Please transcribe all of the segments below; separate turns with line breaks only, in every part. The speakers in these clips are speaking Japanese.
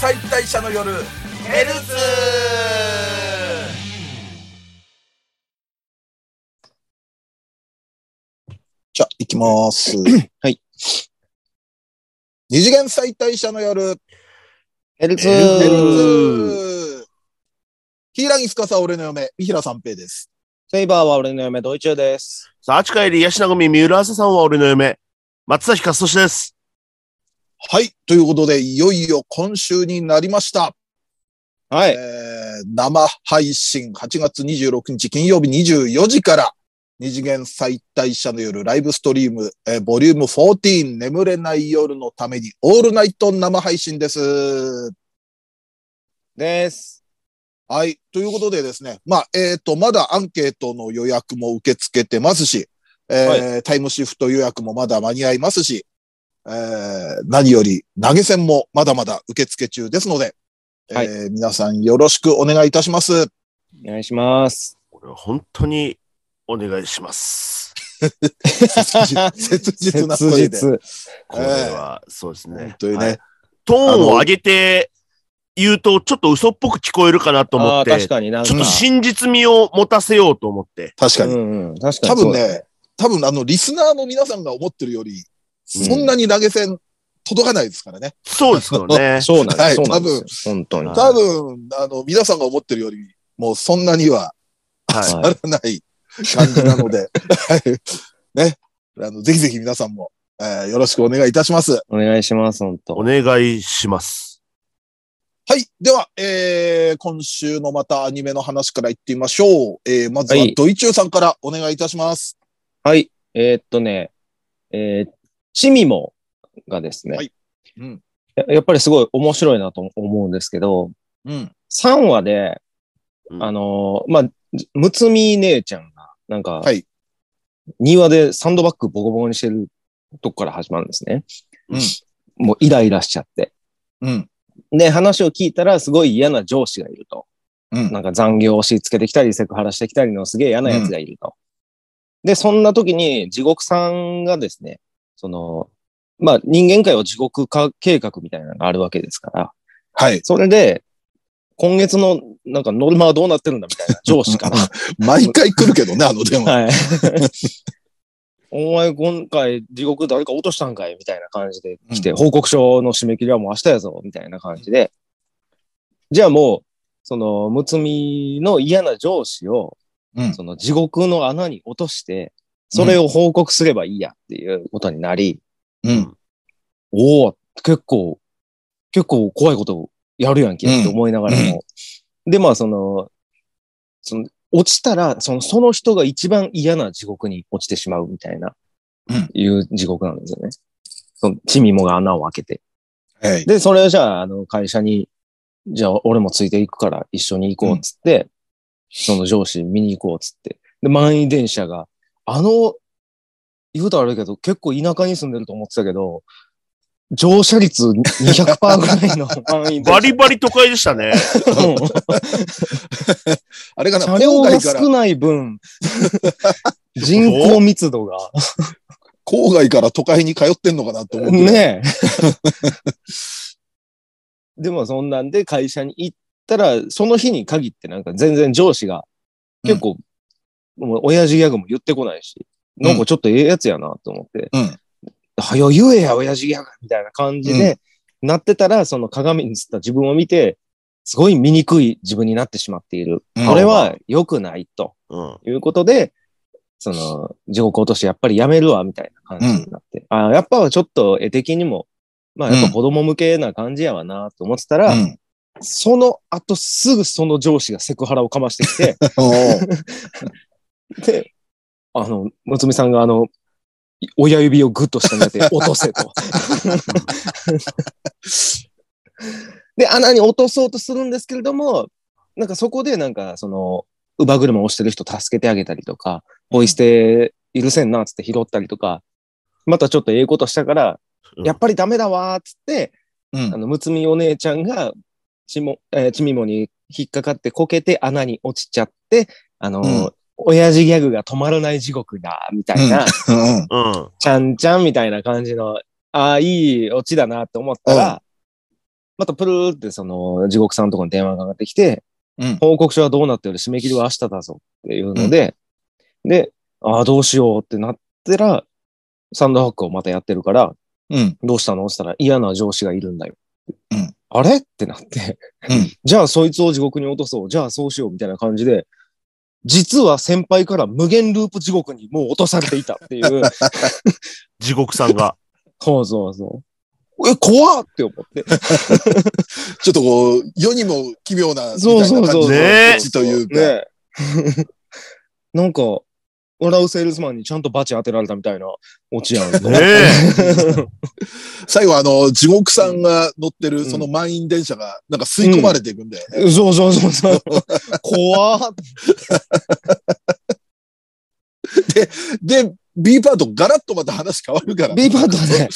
解体者の夜ヘルツ
じゃあ、行 きます。はい。二次元再退者の夜、
ヘルツー
ヘ
セ
ルツヒーラギスカサ俺の嫁、三平三平です。
イバーは俺の嫁、ドイチューです。
さあ、あちかえり、ヤシナゴミ、三浦朝さんは俺の嫁、松崎勝利です。
はい。ということで、いよいよ今週になりました。
はい。
えー生配信8月26日金曜日24時から、二次元再退者の夜ライブストリーム、えーボリューム14眠れない夜のためにオールナイト生配信です。
です。
はい。ということでですね、まあ、えっ、と、まだアンケートの予約も受け付けてますし、えータイムシフト予約もまだ間に合いますし、えー何より投げ銭もまだまだ受付中ですので、
はい
えー皆さんよろしくお願いいたします。
お願いします。
これは本当にお願いします。
切切実な声で。
切実
これは、そうです
本
ね。
当にね、
はい
トーンを上げて言うと、ちょっと嘘っぽく聞こえるかなと思
あ
っ
あ、
て
確、かになんか。
ちょっと真実味を持たせようと思って。
確かに。
うんうん、確かに。。
多分。ね、多分あの、リスナーの皆さんが思ってるより、そんなに投げ銭届かないですからね。
そうですよね
そうなん
は
です。
い
そうなんですよ。本当に。
はい
多分、あの、皆さんが思ってるより、もうそんなには
はい。
ならない感じな ので、はいね、あの、ぜひぜひ皆さんも、えーよろしくお願いいたします。
お願いします、本
お
当。
願いします。
はい。では、えー、今週のまたアニメの話からいってみましょう。えー、まずは
はい
ドイチューさんからお願いいたします。
はい。えーっとね、えー、チミモがですね、
はいうん
ややっぱりすごい面白いなと思うんですけど、
うん。
3話で、
うん
あのーまあ、じむつみ姉ちゃんが、なんか、
はい
庭でサンドバッグボコボコにしてるとこから始まるんですね。、
うん
もうイライラしちゃって。
うん。
で、話を聞いたら、すごい嫌な上司がいると。
うん。
なんか残業を押し付けてきたり、セクハラしてきたりのすげえ嫌な奴がいると。で、そんな時に地獄さんがですね、その、まあ人間界を地獄化計画みたいなのがあるわけですから、
はい。
それで、今月のなんかノルマはどうなってるんだみたいな上司から、
毎回来るけどね、あの電話。
はい。 お前今回地獄誰か落としたんかいみたいな感じで来て、
うん
報告書の締め切りはもう明日やぞみたいな感じで、じゃあもう、その、むつみの嫌な上司を、
うん
その地獄の穴に落として、それを報告すればいいやっていうことになり、
うん。
おお結構、結構怖いことをやるやんけって思いながらも。で、まあその、その、落ちたら、その、その人が一番嫌な地獄に落ちてしまうみたいな、
うん
いう地獄なんですよね。その、チミモが穴を開けて。
はい。
で、それをじゃあ、あの、会社に、じゃあ、俺もついていくから一緒に行こうっつって、その上司見に行こうっつって。で、満員電車が、あの、言うとあれだけど、結構田舎に住んでると思ってたけど、乗車率200%ぐらいの 満員電車。
バリバリ都会でしたね。
うん
あれかな、
車
郊
両が
外から
少、ない 分、人口密度が。
郊外から都会に通ってんのかなと思うけど。
ねえ。 でもそんなんで会社に行ったら、その日に限ってなんか全然上司が結構、もう親父ギャグも言ってこないし、
うん
なんかちょっとええやつやなと思って、
うん。
はよ言えや親父ギャグみたいな感じで、なってたら、その鏡に映った自分を見て、すごい醜い自分になってしまっている。
うん
これは良くないと
うん。
いうことで、その、地獄落としてやっぱりやめるわ、みたいな感じになって。ああ、やっぱちょっと絵的にも、まあやっぱ子供向けな感じやわな、と思ってたら、
うん。
その後すぐその上司がセクハラをかましてきて、
お ー
で、あの、むつみさんがあの、い親指をグッと下 に当て、落とせと。で、穴に落とそうとするんですけれども、なんかそこでなんか、その、乳母車を押してる人助けてあげたりとか、ポイ捨て許せんなっつって拾ったりとか、またちょっとええことしたから、
うん
やっぱりダメだわーっつって、
うん
あの、むつみお姉ちゃんが、ちも、えーちみもに引っかかってこけて穴に落ちちゃって、あのー
う
親父ギャグが止まらない地獄だ、みたいな、
うん。
うん。
ちゃんちゃんみたいな感じの、ああ、いいオチだなって思ったら、またプルーってその地獄さんのところに電話がかかってきて、
うん
報告書はどうなってる締め切りは明日だぞっていうので、で、ああ、どうしようってなったら、サンドハックをまたやってるから、
うん。
どうしたのって言ったら嫌な上司がいるんだよ。
うん
あれってなって、
うん
じゃあそいつを地獄に落とそう。じゃあそうしようみたいな感じで、実は先輩から無限ループ地獄にもう落とされていたって いう。
地獄さんが。
そうそうそう。え、怖っって思って。
ちょっとこう、世にも奇妙な、み
そう
たい
そう
な
そ
感
う。
じ
ね
の
え
オチというか。
ね えなんか、笑うセールスマンにちゃんとバチ当てられたみたいなオチやん。
ねえ。
最後あの、地獄さんが乗って
う
る
ん
その満員電車が、なんか吸い込まれていくんで。
そうそうそうそう。怖っ
で、B パートガラッとまた話変わるから。
ビーパートはね、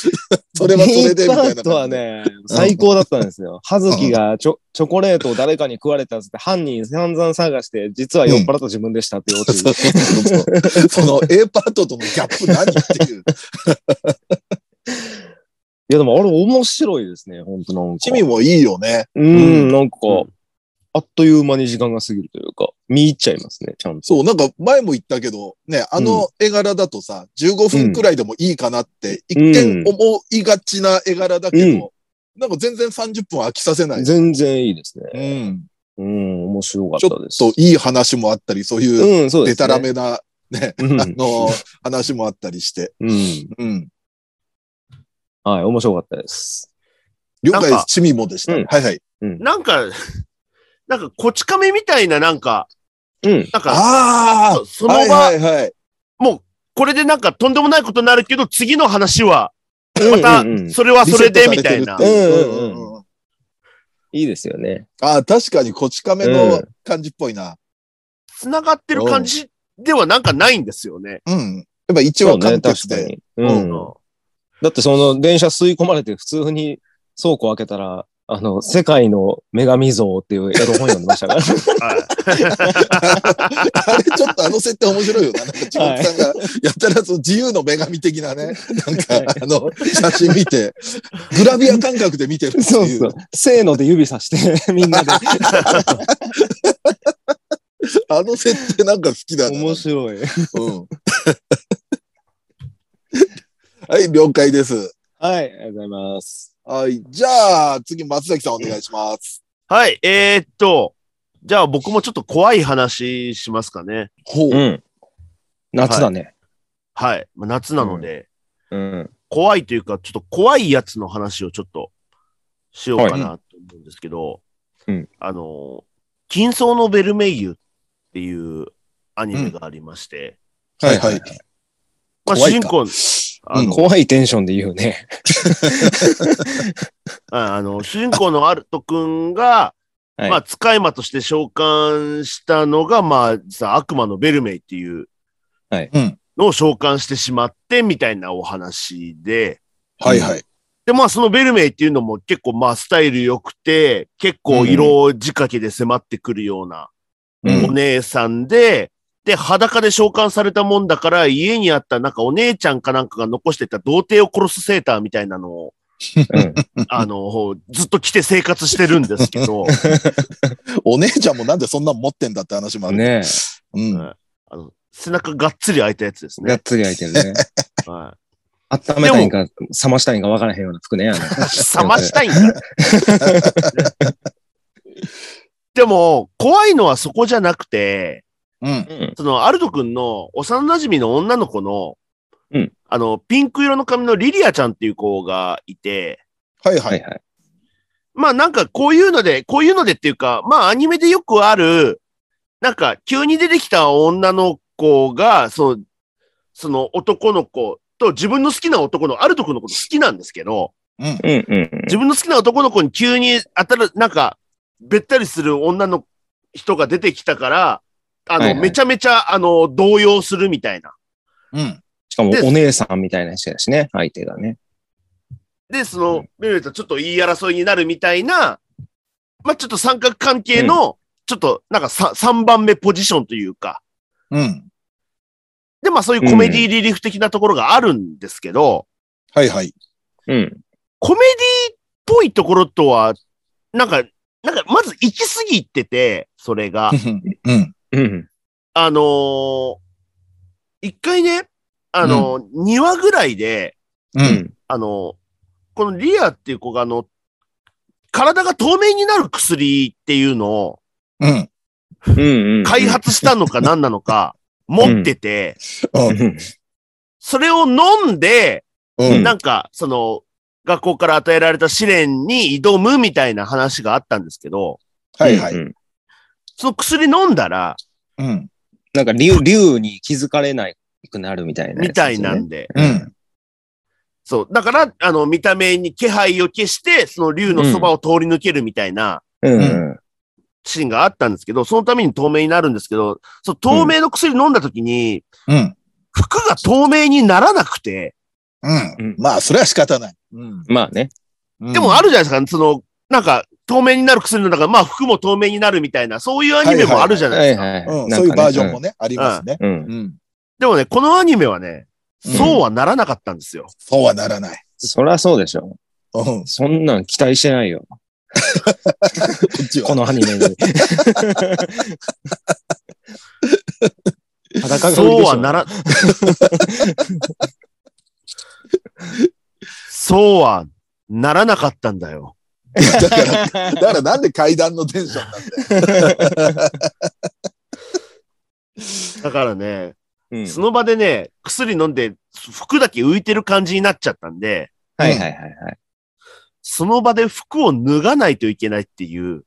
それはそ
ビ
れでみ
ーパ
たいな感じで
ートはね、最高だったんですよ。葉月がチョチョコレートを誰かに食われたっつって、犯人散々探して、実は酔っ払った自分でしたっていうオチ。
そうそうそう そう。その A パートとのギャップ何っていう。
いやでもあれ面白いですね、本当なんか。
チミもいいよね。
うん、なんか、
うん
あっという間に時間が過ぎるというか、見入っちゃいますね、ちゃんと。
そう、なんか前も言ったけど、ね、あの絵柄だとさ、15分くらいでもいいかなって、一見思いがちな絵柄だけど、なんか全然30分飽きさせない。
全然いいですね。う
うん。
ん、面白かっ
ち
た
ょっ
です。
といい話もあったり、そういう
うん、そうで
デ
すね。
タラメな、ね、
うん
あの、話もあったりして。
うん。
うん。
はい、面白かったです。
了
なん
解
か、
チミもでした。
うん
はいはい。
なんか、なんか、こち亀みたいな、なんか、
うん。
なんか、
あ
そそ
あ
の場、
はいはいはい。
これでなんかとんでもないことになるけど、次の話は、ま
うんうんうん
た、それはそれで、みたいな
リ。セットされてるってい
うんうんうん
ううん
いいですよね。
ああ、確かにこち亀の感じっぽいな。
繋がってる感じではなんかないんですよね。
うん。やっぱ一
そう
話
ね、
完
確
結
か
で。
に。うん。だってその電車吸い込まれて普通に倉庫開けたら、あの、世界の女神像っていうエロ本読んでま したから。
はい
あれちょっとあの設定面白いよな。なんか地獄さんが、やたらその自由の女神的なね、なん
はい
かあの、写真見て、グラビア感覚で見てるっていう。
そうそう。せーので指さして、 みんなで。
あの設定なんか好きだな。
面白い。
うん。はい、了解です。
はい、ありがとうございます。
はい、じゃあ、次、松崎さんお願いします。
はい、えーっと、じゃあ僕もちょっと怖い話しますかね。
ほう。
ん。夏だね。
はい。まあ、夏なので、
うん。
怖いというか、ちょっと怖いやつの話をちょっとしようかなと思うんですけど、
うんうん
あの、金層のベルメイユっていうアニメがありまして、
はいはい。
まあ
怖
主
い
人
か
公、あの、
怖いテンションで言うね。
ああの主人公のアルト君が、
はい
まあ、使い魔として召喚したのが、まあ、さ悪魔のベルメイっていう
はい
うん
のを召喚してしまってみたいなお話で、
はいはい。
で、まあ、そのベルメイっていうのも結構、まあ、スタイル良くて、結構色仕掛けで迫ってくるような
うん
お姉さんで、で、裸で召喚されたもんだから、家にあったなんかお姉ちゃんかなんかが残してた童貞を殺すセーターみたいなの を、
うん
あの、ほうずっと着て生活してるんですけど、
お姉ちゃんもなんでそんなん持ってんだって話もある。
ね
うん。
あの背中がっつり開いたやつです
え。が
ね
っ。つり開いてる ね。
は
温めたいんか、冷ましたいんか分からへんような服ね。あの
い、冷ましたいんだ。 でも、怖いのはそこじゃなくて、
うん。
うん
その、アルト君の幼馴染の女の子の、
うん
あの、ピンク色の髪のリリアちゃんっていう子がいて、
はいは
はい
い。
はい。
まあなんかこういうので、こういうのでっていうか、まあアニメでよくある、なんか急に出てきた女の子が、その、その男の子と自分の好きな男の、アルト君のこと好きなんですけど、
うん。
うんうん
自分の好きな男の子に急に当たる、なんか、べったりする女の人が出てきたから、あの、
はいはい
めちゃめちゃ、あの、動揺するみたいな。
うん。
しかも
で
お姉さんみたいな人だしね、相手がね。
で、その、メルメとちょっと言い争いになるみたいな、まあ、ちょっと三角関係の、ちょっと、なんかさ3番目ポジションというか、
うん。
で、まあ、そういうコメディリリーフ的なところがあるんですけど、
はいはい。
うん。
コメディっぽいところとはなんか、なんか、まず行き過ぎてて、それ が。
うん。
うん。
あのー一回ね、あのー、2話ぐらいで、
う。
うんん。
あのーこのリアっていう子が、あの、体が透明になる薬っていうのを
うん。
うん。うん
開。発した のか何なのか持ってて、
うん。
うん。
それを飲んで、
うん。
なんか、その、学校から与えられた試練に挑むみたいな話があったんですけど、
はいはい。
うん
その薬飲んだら、
うん。
なんか竜、竜に気づかれないくなるみたいな、
みたいなん。で、
うん。
そう。だから、あの、見た目に気配を消して、その竜のそばを通り抜けるみたいな
うん。
シーンがあったんですけど、そのために透明になるんですけど、その透明の薬飲んだ時に、
うん。
服が透明にならなくて、
うん。まあ、それは仕方ない。うん。
まあね。
でもある
る。
じゃないですか、その、なんか、透明になる薬の中、まあ服も透明になるみたいな、そういうアニメもあるじゃない
は
で
い
すか。
はい。
うん。
なんかね
そういうバージョンも。ね、ありますね。
うん。
うん。
でもね、このアニメはね、そうはならなかったんですよ。
そうはならない。
そりゃそうでしょ。
うん。こ
そんなん期待してないよ。
っち
こ
は。
のアニメに。 裸が売りでしょ
そうはなら、そうはならなかったんだよ。
だから、だからなんで階段のテンションなんだよ。
だからね、
うん
その場でね、薬飲んで、服だけ浮いてる感じになっちゃったんで、
はいはいはいはい。
その場で服を脱がないといけないっていう、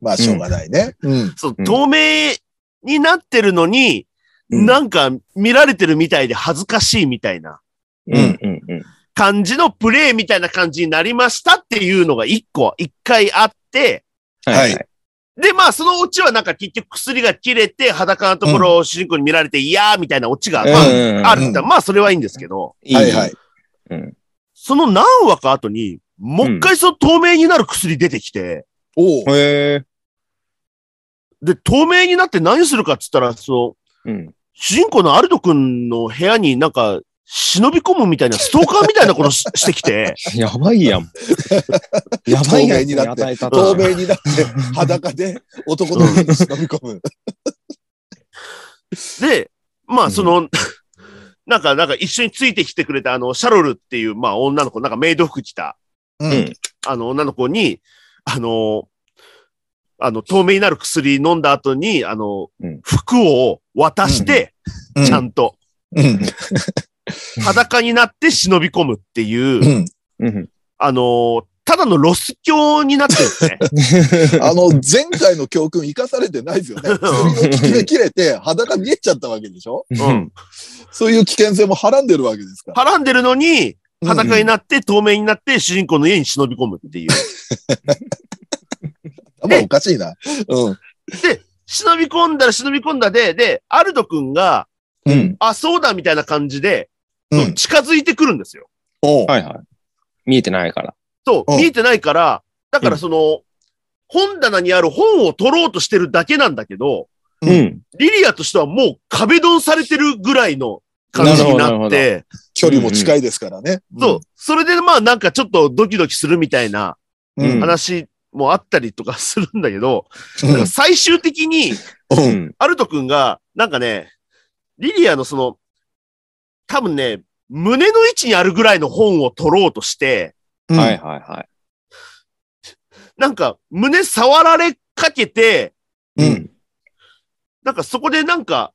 まあ、しょうがないね。うん。
そう
うん
透明になってるのに、
うん
なんか見られてるみたいで恥ずかしいみたいな
うんうんうん。
感じのプレイみたいな感じになりましたっていうのが一個、一回あって、
はいはい。
で、まあ、そのオチはなんか結局薬が切れて裸のところを主人公に見られて、いやーみたいなオチが、まあ
うんうんうん
あるんだ。まあ、それはいいんですけど、
はいはい。。
うん。
その何話か後に、もう一回その透明になる薬出てきて、
おお。
へえ。
で、透明になって何するかっつったら、その、
うん。
主人公のアルド君の部屋になんか、忍び込むみたいな、ストーカーみたいなことししてきて、
やばいやん。やばいやん。
透明になって
与え方
透明になって、裸で男の家に忍び込む。
で、ま
う
あ
ん
その、 なんか、なんか一緒についてきてくれたあの、シャロルっていう、まあ女の子、なんかメイド服着た、
うん
あの女の子に、あの、あの、透明になる薬飲んだ後に、あの、
うん
服を渡して、
うん
ちゃんと。
うん。
裸になって忍び込むっていう、
う
う
ん。
ん。
あのーただのロス教になってるんですね。
あの、前回の教訓生かされてないですよ ね。
う
切れ切れて裸見えちゃったわけでしょ
うん。
そういう危険性もはらんでるわけですから。
はらんでるのに、
うん
裸になって透明になって主人公の家に忍び込むっていう。
頭おかしいな。うん。
忍び込んだら忍び込んだで、で、アルド君が、
うん。
あ、そうだみたいな感じで、
う。
そうん近づいてくるんですよ。
おう
はいはい。見えてないから。
そう、
うん
見えてないから、だか
う
ら
ん
その、本棚にある本を取ろうとしてるだけなんだけど、
うん
ん。
リリアとしてはもう壁ドンされてるぐらいの感じに
なる
な
ほど
っ
なる
て、
距離も近いですからね。
そう。それでまあなんかちょっとドキドキするみたいな
うん。うん。
話もあったりとかするんだけど、
うん
なんか最終的に、
う。
うんん。
アルト君が、なんかね、リリアのその、多分ね、胸の位置にあるぐらいの本を取ろうとして、
うん
はいはいは
なんか胸触られかけて、
い。
うん。。
なんかそこでなんか、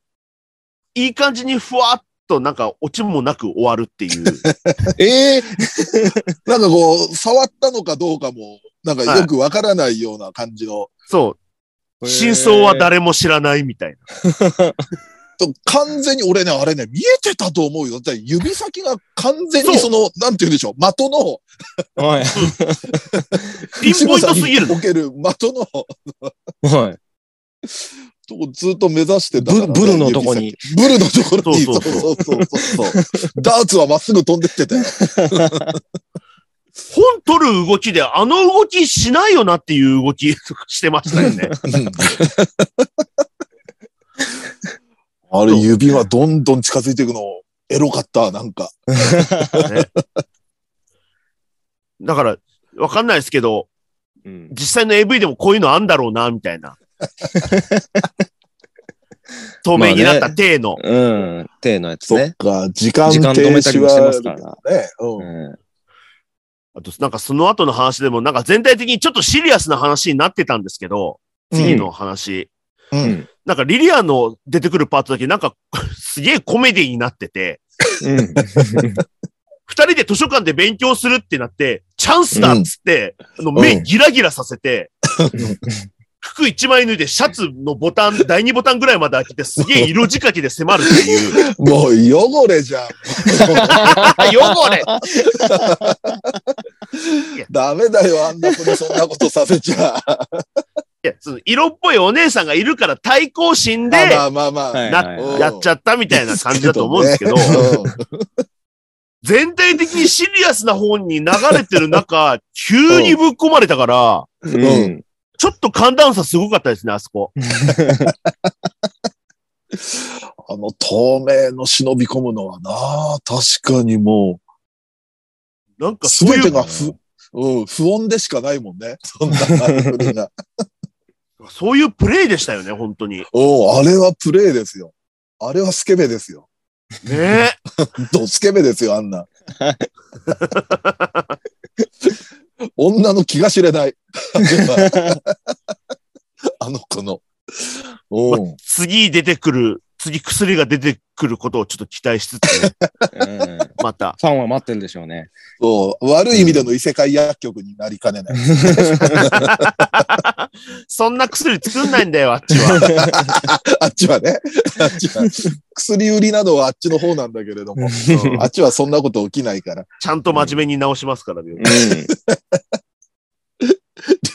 いい感じにふわっとなんか落ちもなく終わるっていう。
ええ なんかこう、触ったのかどうかも、なんかよくわからないような感じの、
そう。真相は誰も知らないみたいな。
と完全に俺ね、あれね、見えてたと思うよ。だって指先が完全に
そ
その、なんて言うんでしょう、的の、
はい。
ピンポイントすぎる
おける的の、
はい。
とこずっと目指してたから
ブ
ね、
ブルのとこに。
指先。ブルのところに、
そ
そうう
そう
そうそうそうダーツはまっすぐ飛んでってたよ。
本取る動きで、あの動きしないよなっていう動きしてましたよ ね。
あれ、指はどんどん近づいていくの、エロかった、なんか。
だから、わかんないですけど、
うん。
実際の AV でもこういうのあんだろうな、みたい な。透明になった体の。
うん。手のやつ
そ
ね
っ。か、時間停
時間止めた
止
りもして
は
ま
あ
す
る
から
からね。うん
うん。
あと、なんかその後の話でも、なんか全体的にちょっとシリアスな話になってたんですけど、次の話。
うん
なんかリリアの出てくるパートだけ、なんか すげえコメディになってて、
うん。
二人で図書館で勉強するってなって、チャンスだっつって、あの
う
目
ん
ギラギラさせて、服一枚脱いでシャツのボタン、第二ボタンぐらいまで開けて、すげえ色仕掛けで迫るっていう。
もう汚れじゃん。
汚れ
ダメだよ、あんな子にそんなことさせちゃ。
いや、その色っぽいお姉さんがいるから対抗心 で、
まあまあまあ。
はい
な
はい
うん
やっちゃったみたいな感じだと思うんですけど、
う
全体的にシリアスな方に流れてる中、急にぶっ込まれたから、
うん。
ちょっと寒暖差すごかったですね、あそこ。
んあの、透明の忍び込むのはな、確かにも
なん
う、
か
す
そう
べ
い
て
う、
が不、うん、不穏でしかないもんね。そんな感じが。
そういうプレイでしたよね、本当に。ね
うん、あれはプレイですよ。あれはスケベですよ。
え。
ドスケベですよ、あ んな。女の気が知れない。あの子の。うん。
次出てくる、次薬が出てくることをちょっと期待しつつね、
うん
また。
ファンは待ってるでしょうね。
そう、悪い意味での異世界薬局になりかねない。
そんな薬作んないんだよ、あっちは。
あっちはね。あっちは。薬売りなどはあっちの方なんだけれど
う
も。
ん
あっちはそんなこと起きないから。
ちゃんと真面目に直しますから、病
う
院
ん。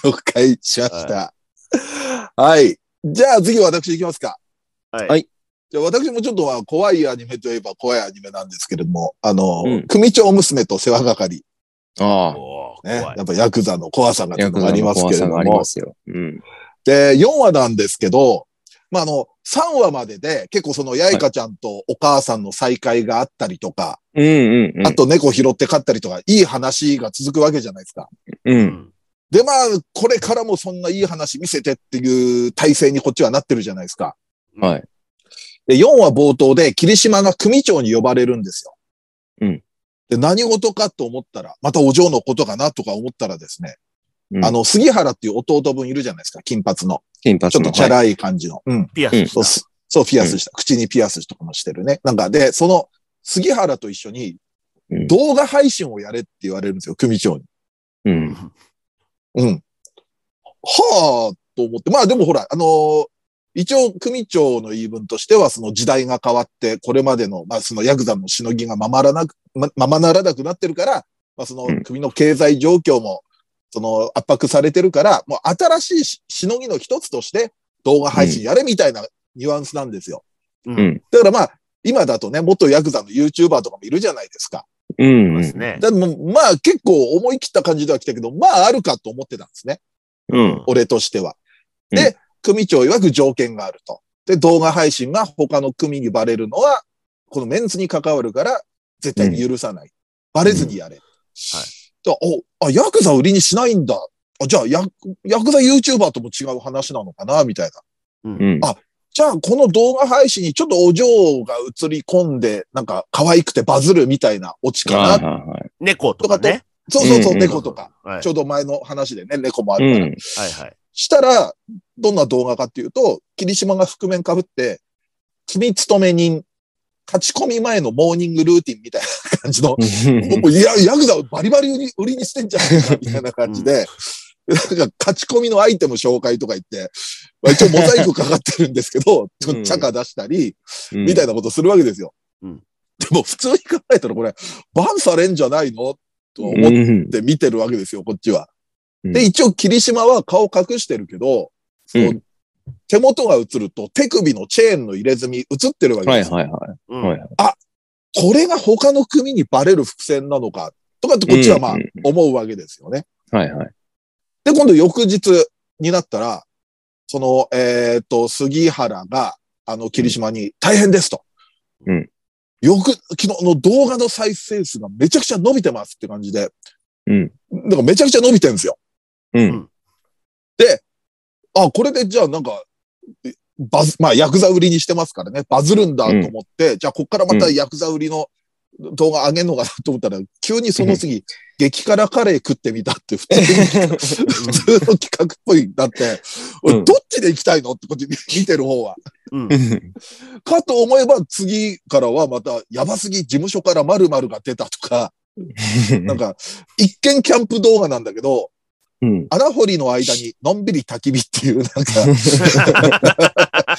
了解しました。はい。じゃあ次私行きますか。
はい
はい
じゃあ私もちょっとは怖いアニメといえば怖いアニメなんですけれども、あの、
うん
組長娘と世話係、
ああ。
おー
ね
怖。い
やっぱヤクザの怖さがちょっとありますけれど
ヤクザの怖さがあり
も
ま。すよ。うん。
で、4話なんですけど、まあ、あの、3話までで結構その、やいかちゃんとお母さんの再会があったりとか、
うんうんうん。
あと猫拾って飼ったりとか、いい話が続くわけじゃないですか。
う。
うんん
で、まあ、これからもそんないい話見せてっていう体制にこっちはなってるじゃないですか。
はい。
で、4話冒頭で霧島が組長に呼ばれるんですよ。
うん。
で、何事かと思ったら、またお嬢のことかなとか思ったらですね、
うん
あの、杉原っていう弟分いるじゃないですか、金髪の。
金髪
ちょっ
の。
とチャラい感じの。うん。
ピアスし
そう、
た。
すそう、ピアスした、口にピアスとかもしてるね。なんか、で、その、杉原と一緒に
うん、
動画配信をやれって言われるんですよ、組長に。
はい。
う
う。
んん
うん。はあ、と思って。まあでもほら、あのー一応組長の言い分としては、その時代が変わって、これまでの、まあそのヤクザのしのぎがままらなく、ま、ままならなくなってるから、まあその
うん
国の経済状況も、その圧迫されてるから、もう新しいししのぎの一つとして動画配信やれみたいなニュアンスなんですよ。
うん
だからまあ、今だとね、元ヤクザの YouTuber とかもいるじゃないですか。
うん
そう
う
で
ん
す。ね。
だからもうまあ結構思い切った感じでは来たけど、まああるかと思ってたんですね。
うん。
俺としては。
う
で、組長曰く条件があると。で、動画配信が他の組にバレるのは、このメンツに関わるから、絶対に許さない。バレずにやれ。はい。お、あ、ヤクザ売りにしないんだ。あじゃあヤク、ヤクザ YouTuber とも違う話なのかな、みたいな。
うん。
じゃあ、この動画配信にちょっとお嬢が映り込んで、なんか可愛くてバズるみたいなオチか
はい
な。
はい
猫とかね。
そうそうそう、
うん
猫とか。
はい
ちょうど前の話でね、猫もある
は
から
い。。うん。
はいはい。
したら、どんな動画かっていうと、霧島が覆面被って、組勤め人、勝ち込み前のモーニングルーティンみたいな感じの、もういや、ヤクザをバリバリ売り売りにしてんじゃないか、みたいな感じで、なんか勝ち込みのアイテム紹介とか言って、まあ、一応モザイクかかってるんですけど、ちょっとチャカ出したり、みたい
な。
なことするわけですよ。
うん
でも普通に考えたらこれ、バンされんじゃないのと思っ
うん
で見てるわけですよ、こっちは。
うん
で、一応、霧島は顔隠してるけど、
うん
その手元が映ると手首のチェーンの入れ墨映ってるわけ
は
で
い
すよ。
はいは
うん
い。はい。
これが他の組にバレる伏線なのか、とかってこっちはまあ
うんうん、
思うわけですよね。
はいはい。
で、今度翌日になったら、その、えっ、と、杉原が、あの、霧島に大変ですと。
うん。
翌、昨日の動画の再生数がめちゃくちゃ伸びてますって感じで。
うん。
なんかめちゃくちゃ伸びてるんですよ。
うん。
で、あ、これでじゃあなんか、えバズ、まあ、ヤクザ売りにしてますからね、バズるんだと思って、じゃあこっからまたヤクザ売りの動画上げんのかなと思ったら、急にその次、激辛カレー食ってみたって普通に、 普通の企画っぽいだって、
うん
俺どっちで行きたいのってこっち見てる方は。
うん。
かと思えば次からはまた、やばすぎ事務所から〇〇が出たとか、なんか、一見キャンプ動画なんだけど、
うん。
穴掘りの間にのんびり焚き火っていう、なん か、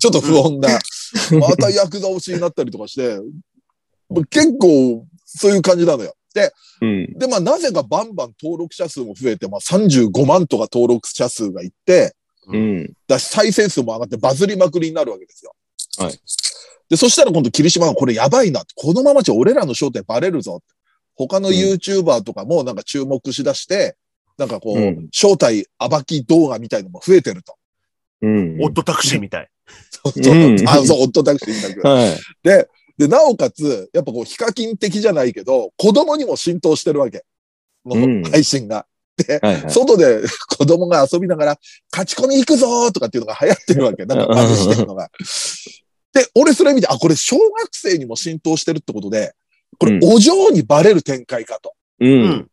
ちょっと不穏な、またヤクザ推しになったりとかして、結構、そういう感じなのよ。で、
うん。
で、まあ、なぜかバンバン登録者数も増えて、まあ、35万とか登録者数がいって、
うん。
だし再生数も上がってバズりまくりになるわけですよ。
はい。
で、そしたら今度霧島がこれやばいな。このままじゃ俺らの正体バレるぞ。他の
うん
YouTuber とかもなんか注目しだして、なんかこう、
うん
正体暴き動画みたいのも増えてると。
うん。
オットタクシーみたい。
そう
うん
あ、そう、オットタクシーみた いな。
はい。
で、なおかつ、やっぱこう、ヒカキン的じゃないけど、子供にも浸透してるわけ。こ
うん
の配信が。
はいはい。
外で 子供が遊びながら、勝ち込み行くぞーとかっていうのが流行ってるわけ。なんか真似してるのが。で、俺それ見て、あ、これ小学生にも浸透してるってことで、これ
うん
お嬢にバレる展開かと
う
う。
んん。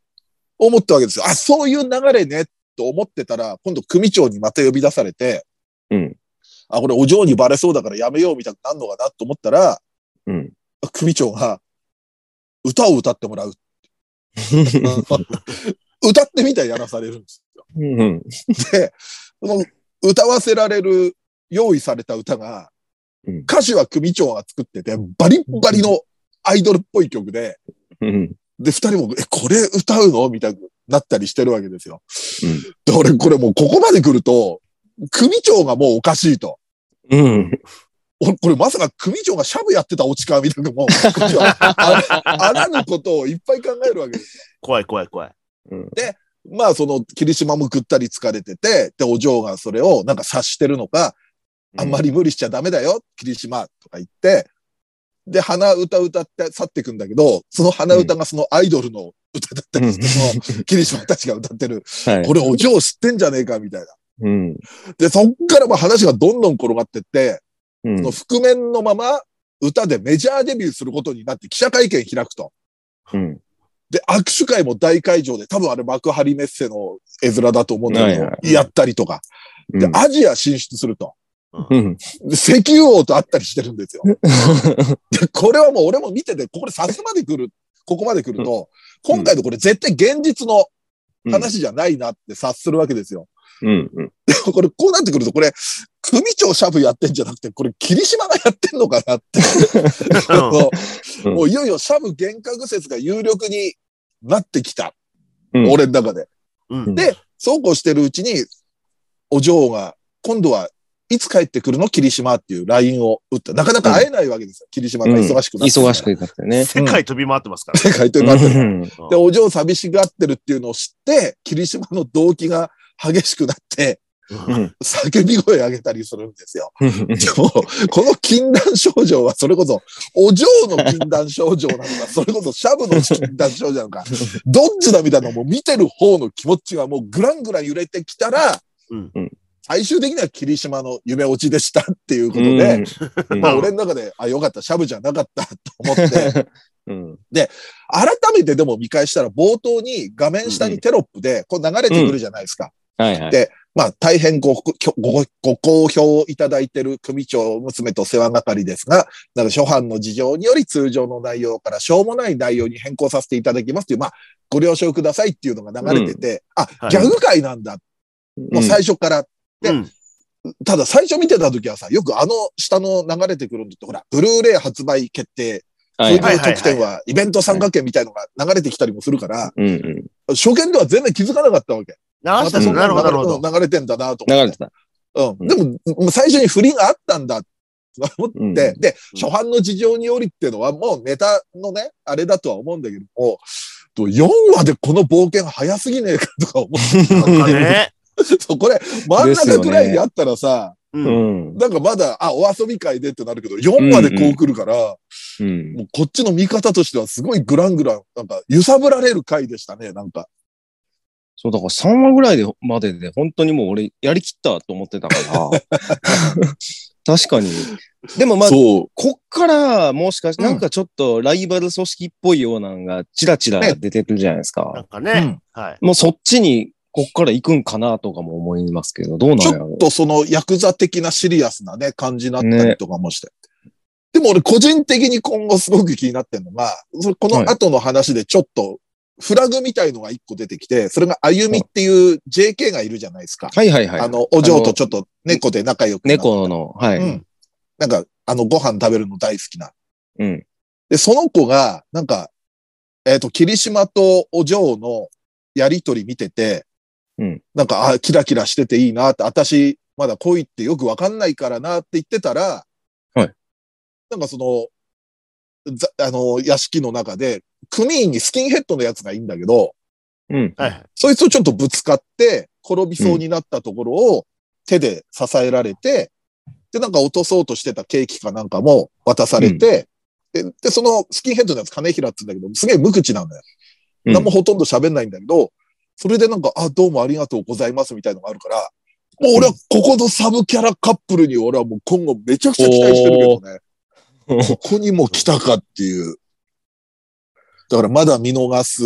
思ったわけですよ。あ、そういう流れね、と思ってたら、今度組長にまた呼び出されて、
うん。
あ、これお嬢にバレそうだからやめようみたいになるのかなと思ったら、
うん。
組長が歌を歌ってもらう。 歌ってみたらやらされるんですよ。
うん。
で、その歌わせられる用意された歌が
うん、
歌詞は組長が作ってて、バリッバリのアイドルっぽい曲で、
うん。
で、二人も、え、これ歌うのみたいになったりしてるわけですよ。
うん
で、俺、これもうここまで来ると、組長がもうおかしいと。
うん。
俺、これまさか組長がシャブやってたオチかみたいな、 もう、組長はああらぬことをいっぱい考えるわけです。
怖い怖い怖い。
まあ、その、霧島もぐったり疲れてて、で、お嬢がそれをなんか察してるのか、あんまり無理しちゃダメだよ、霧島とか言って、で、鼻歌歌って去ってくんだけど、その鼻歌がそのアイドルの歌だったりして、その、霧島たちが歌ってる、
はい。
これお嬢知ってんじゃねえか、みたいな。
うん。
で、そっからもう話がどんどん転がってって、
うん
その覆面のまま歌でメジャーデビューすることになって記者会見開くと。
うん。
で、握手会も大会場で、多分あれ幕張メッセの絵面だと思うんだけど、
はいは
やったりとか。
う
で、
ん。
アジア進出すると。
うん。
で石油王と会ったりしてる んですよ。で、これはもう俺も見てて、ここでさすまで来る、ここまで来ると、
うん
今回のこれ絶対現実の話じゃないなって察するわけですよ。
うん。うん。
これ、こうなってくると、これ、組長シャブやってんじゃなくて、これ、霧島がやってんのかなって。
う
うん
もういよいよシャブ幻覚説が有力になってきた。
うん
俺の中で。
うん
で、そうこうしてるうちに、お嬢が、今度はいつ帰ってくるの霧島っていうラインを打った。なかなか会えないわけですよ。霧島が忙しくなって、
忙し。くなったよね。
世界飛び回ってますから。
世界というか、
うん。
で、お嬢寂しがってるっていうのを知って、霧島の動機が激しくなって、
うん
叫び声上げたりするんですよ。でも、この禁断症状はそれこそ、お嬢の禁断症状なのか、それこそシャブの禁断症状なのか、どっちだみたいなのも見てる方の気持ちがもうグラングラン揺れてきたら、
うん
うん
最終的には霧島の夢落ちでしたっていうこと
う
で
ん、うん
まあ俺の中で、あ、よかった、シャブじゃなかったと 思って、
うん。
改めてでも見返したら冒頭に画面下にテロップで、こう流れてくるじゃないですか。
はいはい。
まあ、大変ごごごご好評をいただいている組長娘と世話係ですが、なので初版の事情により通常の内容からしょうもない内容に変更させていただきますという、まあ、ご了承くださいっていうのが流れてて、あ、
はい
ギャグ界なんだ。もう最初から。
うん。
ただ最初見てた時はさ、よくあの下の流れてくるのって、ほら、ブルーレイ発売決定、
はい
封
はい。
入特典はイベント参加券みたいのが流れてきたりもするから、
うんうん。
初見では全然気づかなかったわけ。
な
またそん
なるほど、なるほど。
流れてんだなと
流
思って
れてた。
うん。でも、もう最初に振りがあったんだ、 思って、
うん
で、
うん
初版の事情によりっていうのは、もうネタのね、あれだとは思うんだけども、と4話でこの冒険早すぎねえかとか思
なん かね。
う。そう、これ、真ん中ぐらいにあったらさ、
う。
うんん。
なんかまだ、あ、お遊び会でってなるけど、4話でこう来るから、
うん。
もうこっちの見方としてはすごいグラングラン、なんか揺さぶられる回でしたね、なんか。
そう、だから3話ぐらいでまでで、本当にもう俺、やりきったと思ってた から。確かに。でもまあ、
そう。
こっから、もしかして、
うん
なんかちょっとライバル組織っぽいようなのが、チラチラ出てくるじゃないです
なん
か。
か
う
ね。
ん
はい。
もうそっちに、こっから行くんかなとかも思いますけど、どうな
ち
んやろ
ょ
う
っ。とそのヤクザ的なシリアスなね、感じになったりとかもして。でも俺個人的に今後すごく気になってるのが、それこの後の話でちょっとフラグみたいのが一個出てきて、それがあゆみっていう JK がいるじゃないですか。
はいはいはい。
あの、お嬢とちょっと猫で仲良くなって
猫の、はい。う
うんん。なんか、あの、ご飯食べるの大好きな。
うん。
で、その子が、なんか、えっ、と、霧島とお嬢のやりとり見てて、
うん
なんか、あ、キラキラしてていいなって、私、まだ恋ってよくわかんないからなって言ってたら、
はい。
なんかその、ざあの、屋敷の中で、組員にスキンヘッドのやつがいいんだけど、
はい。
そいつとちょっとぶつかって、転びそうになったところを手で支えられて、で、なんか落とそうとしてたケーキかなんかも渡されて、でで、そのスキンヘッドのやつ金平って言うんだけど、すげえ無口なんだよ。
うん
何もほとんど喋んないんだけど、それでなんか、あ、どうもありがとうございますみたいのがあるから、もう俺はここのサブキャラカップルに俺はもう今後めちゃくちゃ期待してるけどね。ここにも来たかっていう。だからまだ見逃す、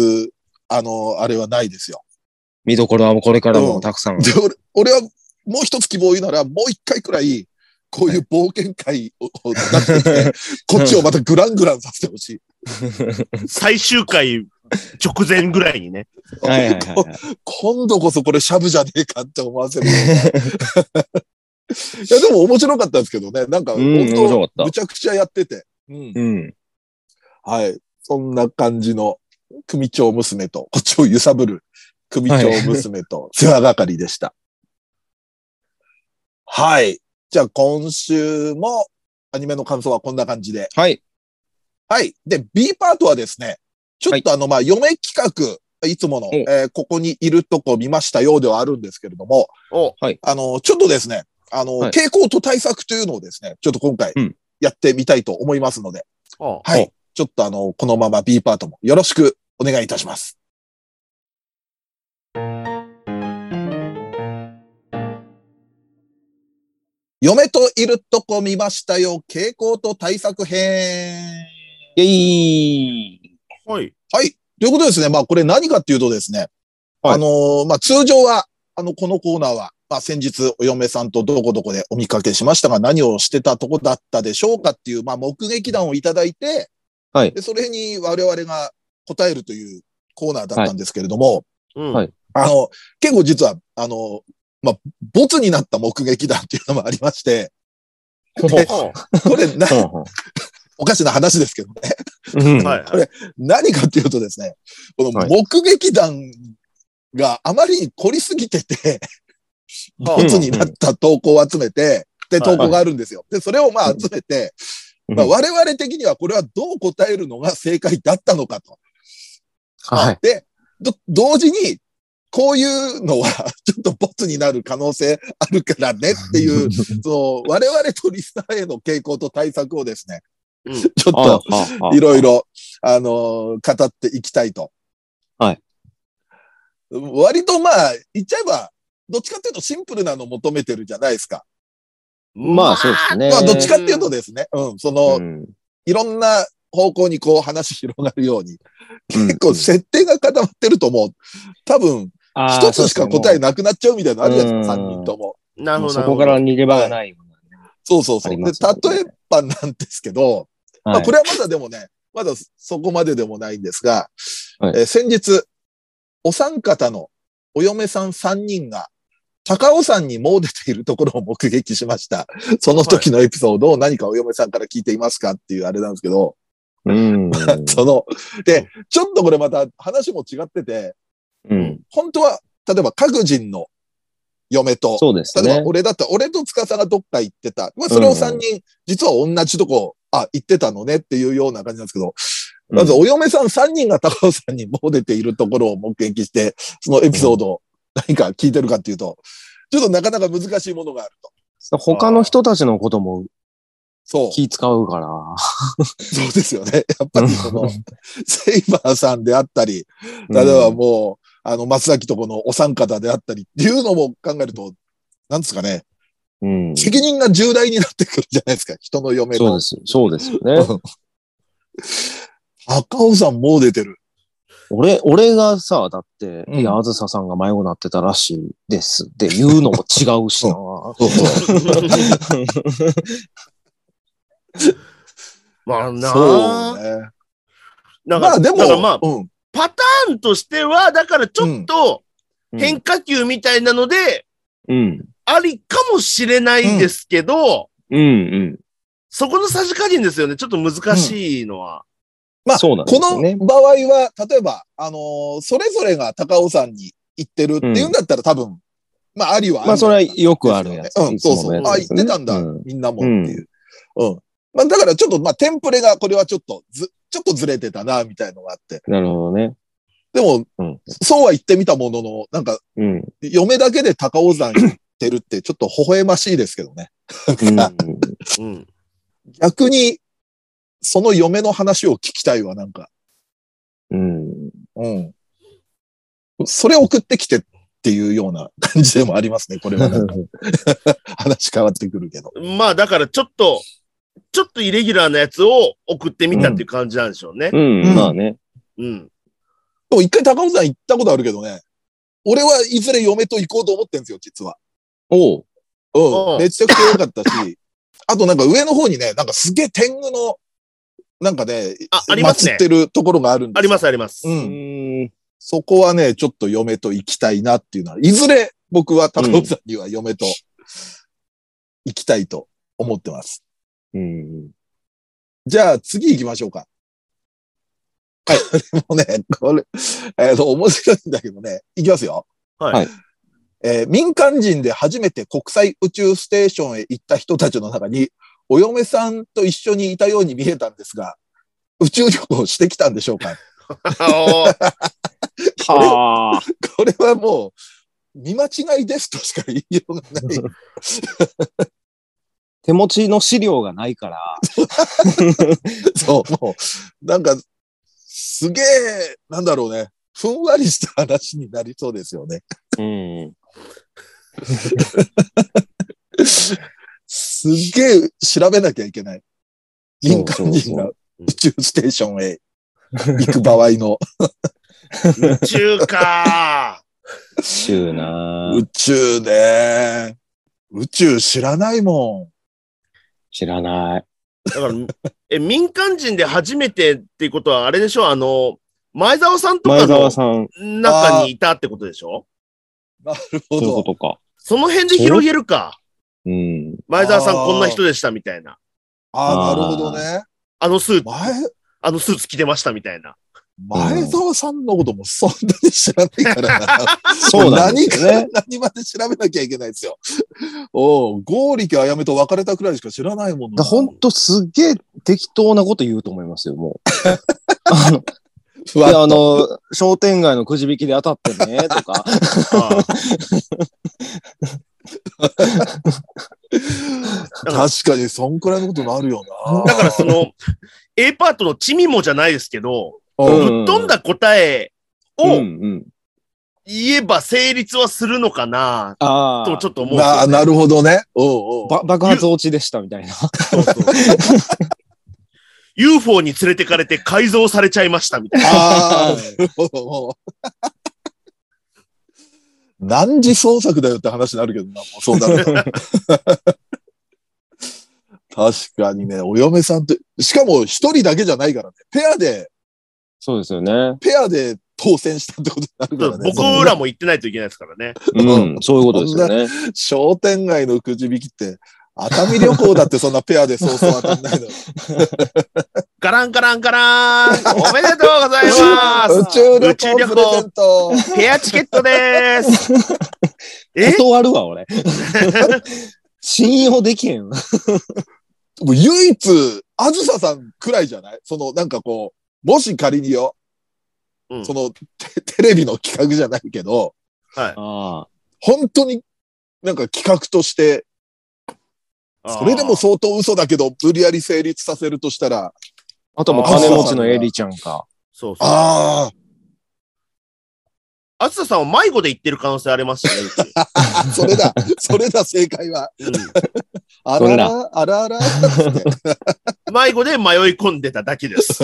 あの、あれはないですよ。
見どころはもうこれからもたくさん。
で、俺、俺はもう一つ希望を言うなら、もう一回くらい、こういう冒険会をを出して きて、こっちをまたグラングランさせてほしい。
最終回直前ぐらいにね。
はいはいはいはい。
今度こそこれシャブじゃねえかって思 わせるような。いや、でも面白かったですけどね。なんか、
うん
本
面白かった
当むちゃくちゃやってて。うん
うん。
はい。そんな感じの組長娘と、こっちを揺さぶる組長娘と世話係でした。はい。じゃあ今週もアニメの感想はこんな感じで。
はい。
はい。で、B パートはですね、ちょっとあの、まあ、嫁企画、いつもの、
お
えーここにいるとこ見ましたようではあるんですけれども、
お
あの、ちょっとですね、あの、
はい
傾向と対策というのをですね、ちょっと今回
うん
やってみたいと思いますので、
お
は
お
い。ちょっとあの、このまま B パートもよろしくお願いいたします。嫁といるとこ見ましたよ。傾向と対策編。
イェイ
はい。
はい。ということですね。まあ、これ何かっていうとですね。
はい
あのーまあ、通常は、あの、このコーナーは、まあ、先日、お嫁さんとどこどこでお見かけしましたが、何をしてたとこだったでしょうかっていう、まあ、目撃談をいただいて、
はい
で、それに我々が答えるというコーナーだったんですけれども、
うん。
はい、
あの、結構実は、あの、まあ、ボツになった目撃談っていうのもありまして、
お
これな
う
おかしな話ですけど
ん
ね。
うん
はい。
これ何かっていうとですね、こ
は
の
い
目撃談があまりに凝りすぎてて、
は
ボツになった投稿を集めて、で、
はい
投稿があるんですよ。で、それをまあ
うん
集めて、
うん
まあ我々的にはこれはどう答えるのが正解だったのかと。
はい。
で、ど同時に、こういうのは ちょっとボツになる可能性あるからねって いう、その我々とリスナーへの傾向と対策をですね、
うん
ちょっと
あああ
いろいろ、あのー語っていきたいと。
はい。
割とまあ、言っちゃえば、どっちかっていうとシンプルなの求めてるじゃないですか。
まあ、そうですね。
まあ、どっちかっていうとですね、うん、その、
うん
いろんな方向にこう話広がるように、結
う
構
ん
設定が固まってるともう、多分、
あー
一つしか答えなくなっちゃうみたいなのあるじゃないですか、
う
三
ん
人とも。
なるほど。
そこから逃げ場がないようなね。
そうそうそ
あ
う。
り
で、
ますよね
例えばなんですけど、ま
は
あ、
い
これはまだでもね、まだそこまででもないんですが、
はい
えー先日、お三方のお嫁さん3人が、高尾山に詣出ているところを目撃しました。その時のエピソードを何かお嫁さんから聞いていますかっていうあれなんですけど、
うん。
その、で、ちょっとこれまた話も違ってて、
うん。
本当は、例えば各人の嫁と、
そうです
例え
ね
ば。俺だったら、俺と司がどっか行ってた。まあ、それを3人、実は同じとこ、あ、行ってたのねっていうような感じなんですけど、まず、
うん
お嫁さん3人が高尾さんにもう出ているところを目撃して、そのエピソードを何か聞いてるかっていうと、ちょっとなかなか難しいものがあると。
他の人たちのことも
そう。
気使うから。
そう ですよね。やっぱりその、セイバーさんであったり、
うん
例えばもう、あの、松崎とこのお三方であったりっていうのも考えると、なんですかね、
うん。そ
責任が重大になってくるじゃないですか、人の嫁
う
の
で。す。そうですよ ね。
赤尾さんもう出てる。
俺、俺がさ、だって、
うん
いや、あずささんが迷子になってたらしいですって言うのも違うしな。
まあな
そう
あ。
ね。
だか
ま
ら、
あでも、
だからまあ、
うん。
パターンとしては、だからちょっと
うん
変化球みたいなので、
うん。
ありかもしれないんですけど、
うんうん。
そこのさじ加減ですよね。ちょっと難しいのは。
まあ、
そうなんです
こ
よね
の場合は、例えば、あのーそれぞれが高尾山に行ってるっていうんだったら、多分、まあ、ありはある
まあ、それはよくあるやつ。
うん、
いつも
そう
のや
そう。
つ
あ、
です
言
ね
ってたんだ、
うん
みんなもっていう。うん。まあ、だからちょっと、まあ、テンプレが、これはちょっとず、ちょっとずれてたな、みたいのがあって。
なるほどね。
でも、
うん
そうは言ってみたものの、なんか、
うん。
嫁だけで高尾山行ってるって、ちょっと微笑ましいですけどね。
うん
うん。
逆に、その嫁の話を聞きたいわ、なんか。
うん。
うん。それ送ってきてっていうような感じでもありますね、これは、ね。 話変わってくるけど。
まあだからちょっと、ちょっとイレギュラーなやつを送ってみたっていう感じなんでしょうね。
うん。まあね。
うん。
でも一回高尾山行ったことあるけどね。俺はいずれ嫁と行こうと思ってんですよ、実は。
おう。
う。
うんん
めちゃくちゃ良かったし。あとなんか上の方にね、なんかすげえ天狗の、なんかね、
あありますね
祀ってるところがあるんですよ
ありますあります。
う。
うんん。
そこはね、ちょっと嫁と行きたいなっていうのは、いずれ僕は高尾山には嫁と行きたいと思ってます。
うん。
じゃあ次行きましょうか。はい。 もうね、これ、えっ、と、面白いんだけどね。行きますよ。
はい
はい
えー民間人で初めて国際宇宙ステーションへ行った人たちの中に、お嫁さんと一緒にいたように見えたんですが、宇宙旅行をしてきたんでしょうか
おー
はあ。
これはもう、見間違いですとしか言いようが ない。
手持ちの資料がないから。
そう、もう、なんか、すげえ、なんだろうね。ふんわりした話になりそうですよね。
うん。
すっげえ調べなきゃいけない。民間人が
そう
宇宙ステーションへ行く場合の
宇宙か
週な
宇宙ね。宇宙知らないも
知らない。
だから、え、民間人で初めてっていうことはあれでしょあの、前澤さんとか
前
の
澤さん、
中にいたってことでしょ
ん。なる
そ
ほ
ういうこ
ど。
とか。
その辺で広げるか。
うん。
前澤さん
あー
こんな人でしたみたいな。
ああ、
あー
なるほどね。
あのスーツ、
前、
あのスーツ着てましたみたいな。
前澤さんのこともそんなに知らないからな。
そうなんで
何
す
か
ね
ら何まで調べなきゃいけないですよ。おう、剛力あやめと別れたくらいしか知らないもの。
だほんとすっげえ適当なこと言うと思いますよ、 もう。あの、
ふ
で
わ
あ
っと
の、商店街のくじ引きで当たってね、とか。
あー
確かに、そんくらいのことになるよな。
だからそ の、A パートのチミもじゃないですけど、
うん
うん
ぶっ飛んだ答え
う
を
んうん。
言えば成立はするのかな、
あ
と
あ。
ちょっと思うんです
な
よね
なるほどね。おうおう
ば爆発落ちでしたみたいな。
そうそう UFO に連れてかれて改造されちゃいましたみたいな。
ああ、なるほど。何時創作だよって話になるけどな、もうそうだ ると確かにね、お嫁さんって、しかも一人だけじゃないからね、ペアで、
そうですよ ね。
ペアで当選したってことになるからね。
僕らも行ってないといけないですからね。
うん。そういうことですよね。
商店街のくじ引きって、熱海旅行だってそんなペアでそうそう当たんな いの。宇
ガランガランガラーンおめでとうござい ます
宙旅
宇宙旅
行プレゼ
行
ント。
ペアチケットでーすえ
断るわ、俺。 信用できへんわ。
もう唯一、あずささんくらいじゃないその、なんかこう、もし仮によ、
うん
そのテ、 テレビの企画じゃないけど、
はい
あ
本当になんか企画として、それでも相当嘘だけど、無理やり成立させるとしたら、
あ。あともう金持ちのエリちゃんか。
そうそう。
ああ、
あつささんは迷子で言ってる可能性ありますよね。
あ それだ。それだ、正解は。
うち
あ
そ
ら
れ
ら、あらら。
うん迷子で迷い込んでただけです。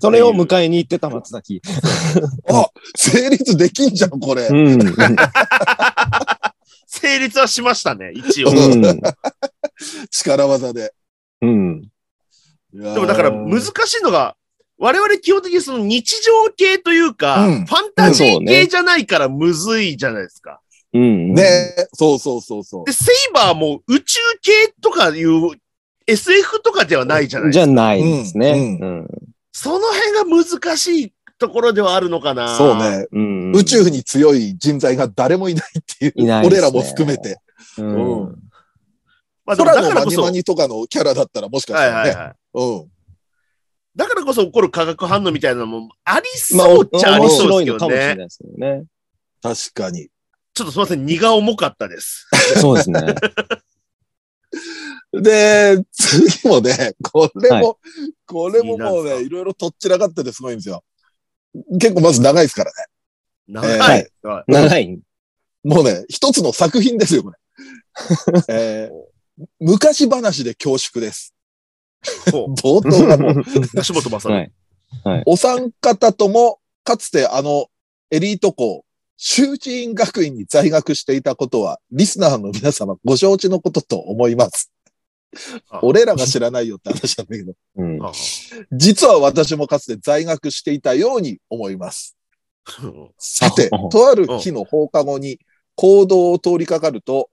それを迎えに行ってた松崎。
あ、成立できんじゃん、これ
う。ん。うん。
成立はしましたね、一応。
うん力技で。
うん。
で
でもだから難しいのが、我々基本的にその日常系というか、
うん
ファンタジ
そう
ー
ね
系じゃないからむずいじゃないですか。
うん。
ねえ、そうそうそうそう
で、。セイバーも宇宙系とかいう、SF とかではないじゃない
じ
ですか。
ゃないですね。
う
うん。
その辺が難しいところではあるのかな。
そう。ね。
うん
宇。宙に強い人材が誰もいないっていう。
いないですね
俺らも含めて。
うん
うん
まあ、でもだ
空の
から
マ
こ
ニ
そ、
マニとかのキャラだったらもしかし
は
た
いは
ら
い
ね。
はい。
うん。
だからこそ起こる化学反応みたいなのもあり
まあ、
そうっちゃあ
面
りそうで
白い
すけ
の
ど
かもしれない
ね。
ですけどね。
確かに。
ちょっとすみません、荷が重かったです。
そうですね。
で、次もね、これも、
は
これももう
いいな
ね、いろいろとっちらかっててすごいんですよ。結構まず長いですからね。
長い。
はい
はい
長い。
もうね、一つの作品です よ、これ。えー昔話で恐縮です。
ほう
冒頭がもう、
吉本まさ
はい。
お三方とも、かつてあの、エリート校、周知院学院に在学していたことは、リスナーの皆様ご承知のことと思います
あ。
俺らが知らないよって話なんだけど、
うん。
実は私もかつて在学していたように思います。さて
うん、
とある日の放課後に行動を通りかかると、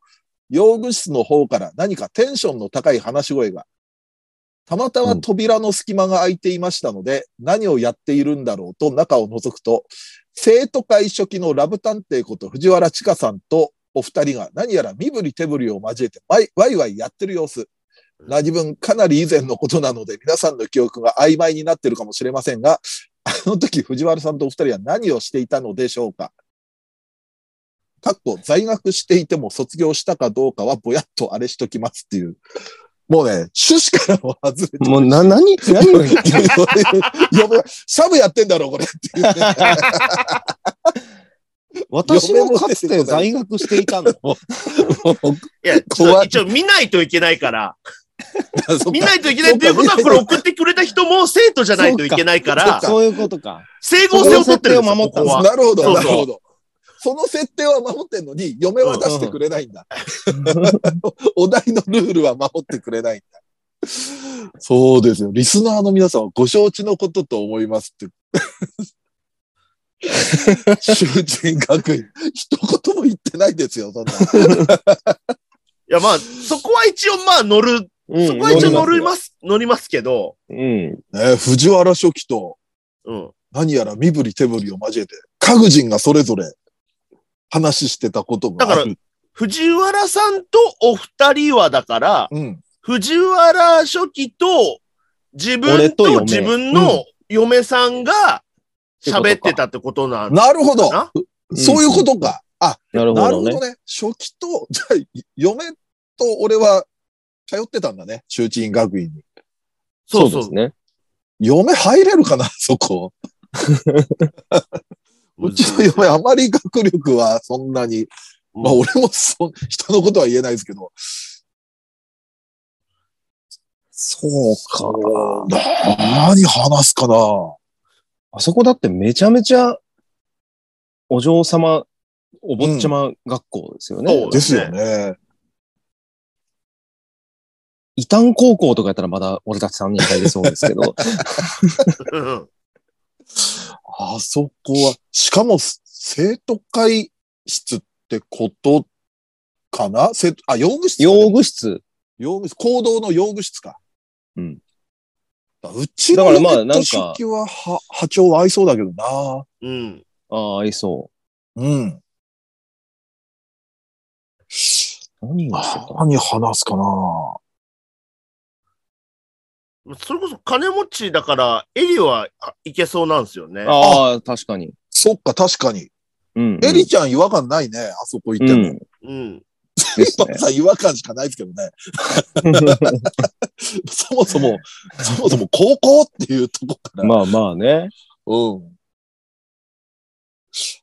用具室の方から何かテンションの高い話し声が。たまたま扉の隙間が空いていましたので、何をやっているんだろうと中を覗くと、生徒会初期のラブ探偵こと藤原千佳さんとお二人が何やら身振り手振りを交えてワイワイワイやってる様子。何分かなり以前のことなので皆さんの記憶が曖昧になってるかもしれませんが、あの時藤原さんとお二人は何をしていたのでしょうかかっこ在学していても卒業したかどうかはぼやっとあれしときますっていう。もうね、趣旨からも外れて
もう、な、何何を言ってる
や ばいシャブやってんだろ、これっていうね、
私もかつて在学していたの。
いや、ちょっと一応見ないといけないから、見ないといけないということは、これ送ってくれた人も生徒じゃないといけないから、
そういうことか。
整合性を取ってるんです
そ
よ、こ
この設定を守った
こ
んです
は。
なるほど、
そうそう
なるほど。その設定は守ってんのに、嫁は出してくれないんだ。お題のルールは守ってくれないんだ。そうですよ。リスナーの皆さんはご承知のことと思いますって。 囚人学院、一言も言ってないですよ、そんな。
いや、まあ、そこは一応、まあ、乗る、
うん
そこは一応乗
る
ります、乗りますけど、
うん。
ねえ藤原初期と
うん。
何やら身振り手振りを交えて、各人がそれぞれ話してたことがある。
だ藤原さんとお二人は、だから、
うん。
藤原初期と、自分
俺と
と
嫁
自分の嫁さんが喋ってたってことなんだ
なるほど。
な。
そういうことか。あ、
なる
な
ほ
る
ど
ほど
ね。
ね。初期と、 じゃあ、嫁と俺は通ってたんだね。周知院学院に。
そうそう
です。ね。
嫁入れるかな、 そこ。うちの嫁あまり学力はそんなに。まあ俺もそ 人のことは言えないですけど。
そうか。
何話すかな。
あそこだってめちゃめちゃ、お嬢様、お坊ちゃま学校ですよね。
うんそう
ですよね。
異端高校とかやったらまだ俺たち3人入れそうです けど。
うん
あそこは。しかも、生徒会室ってことかな生徒、あ、用具室だね、
用具室。
用具室、行動の用具室か。
うん。
うち
だ
の
からまあ
ロケット初期はは波長は合いそうだけどな。
うん。
ああ、合いそ
うん。
う。何をしてた
何話すかな。
それこそ金持ちだから、エリはいけそうなんですよね。
ああ、確かに。
そっか、確かに。
うん、うん。
エリちゃん違和感ないね。あそこ行って
う
も。
ん。
うん。
です
今
ね。
さん違和感しかないですけどね。 そもそも、そもそも高校っていうとこから。
まあまあね。
うん。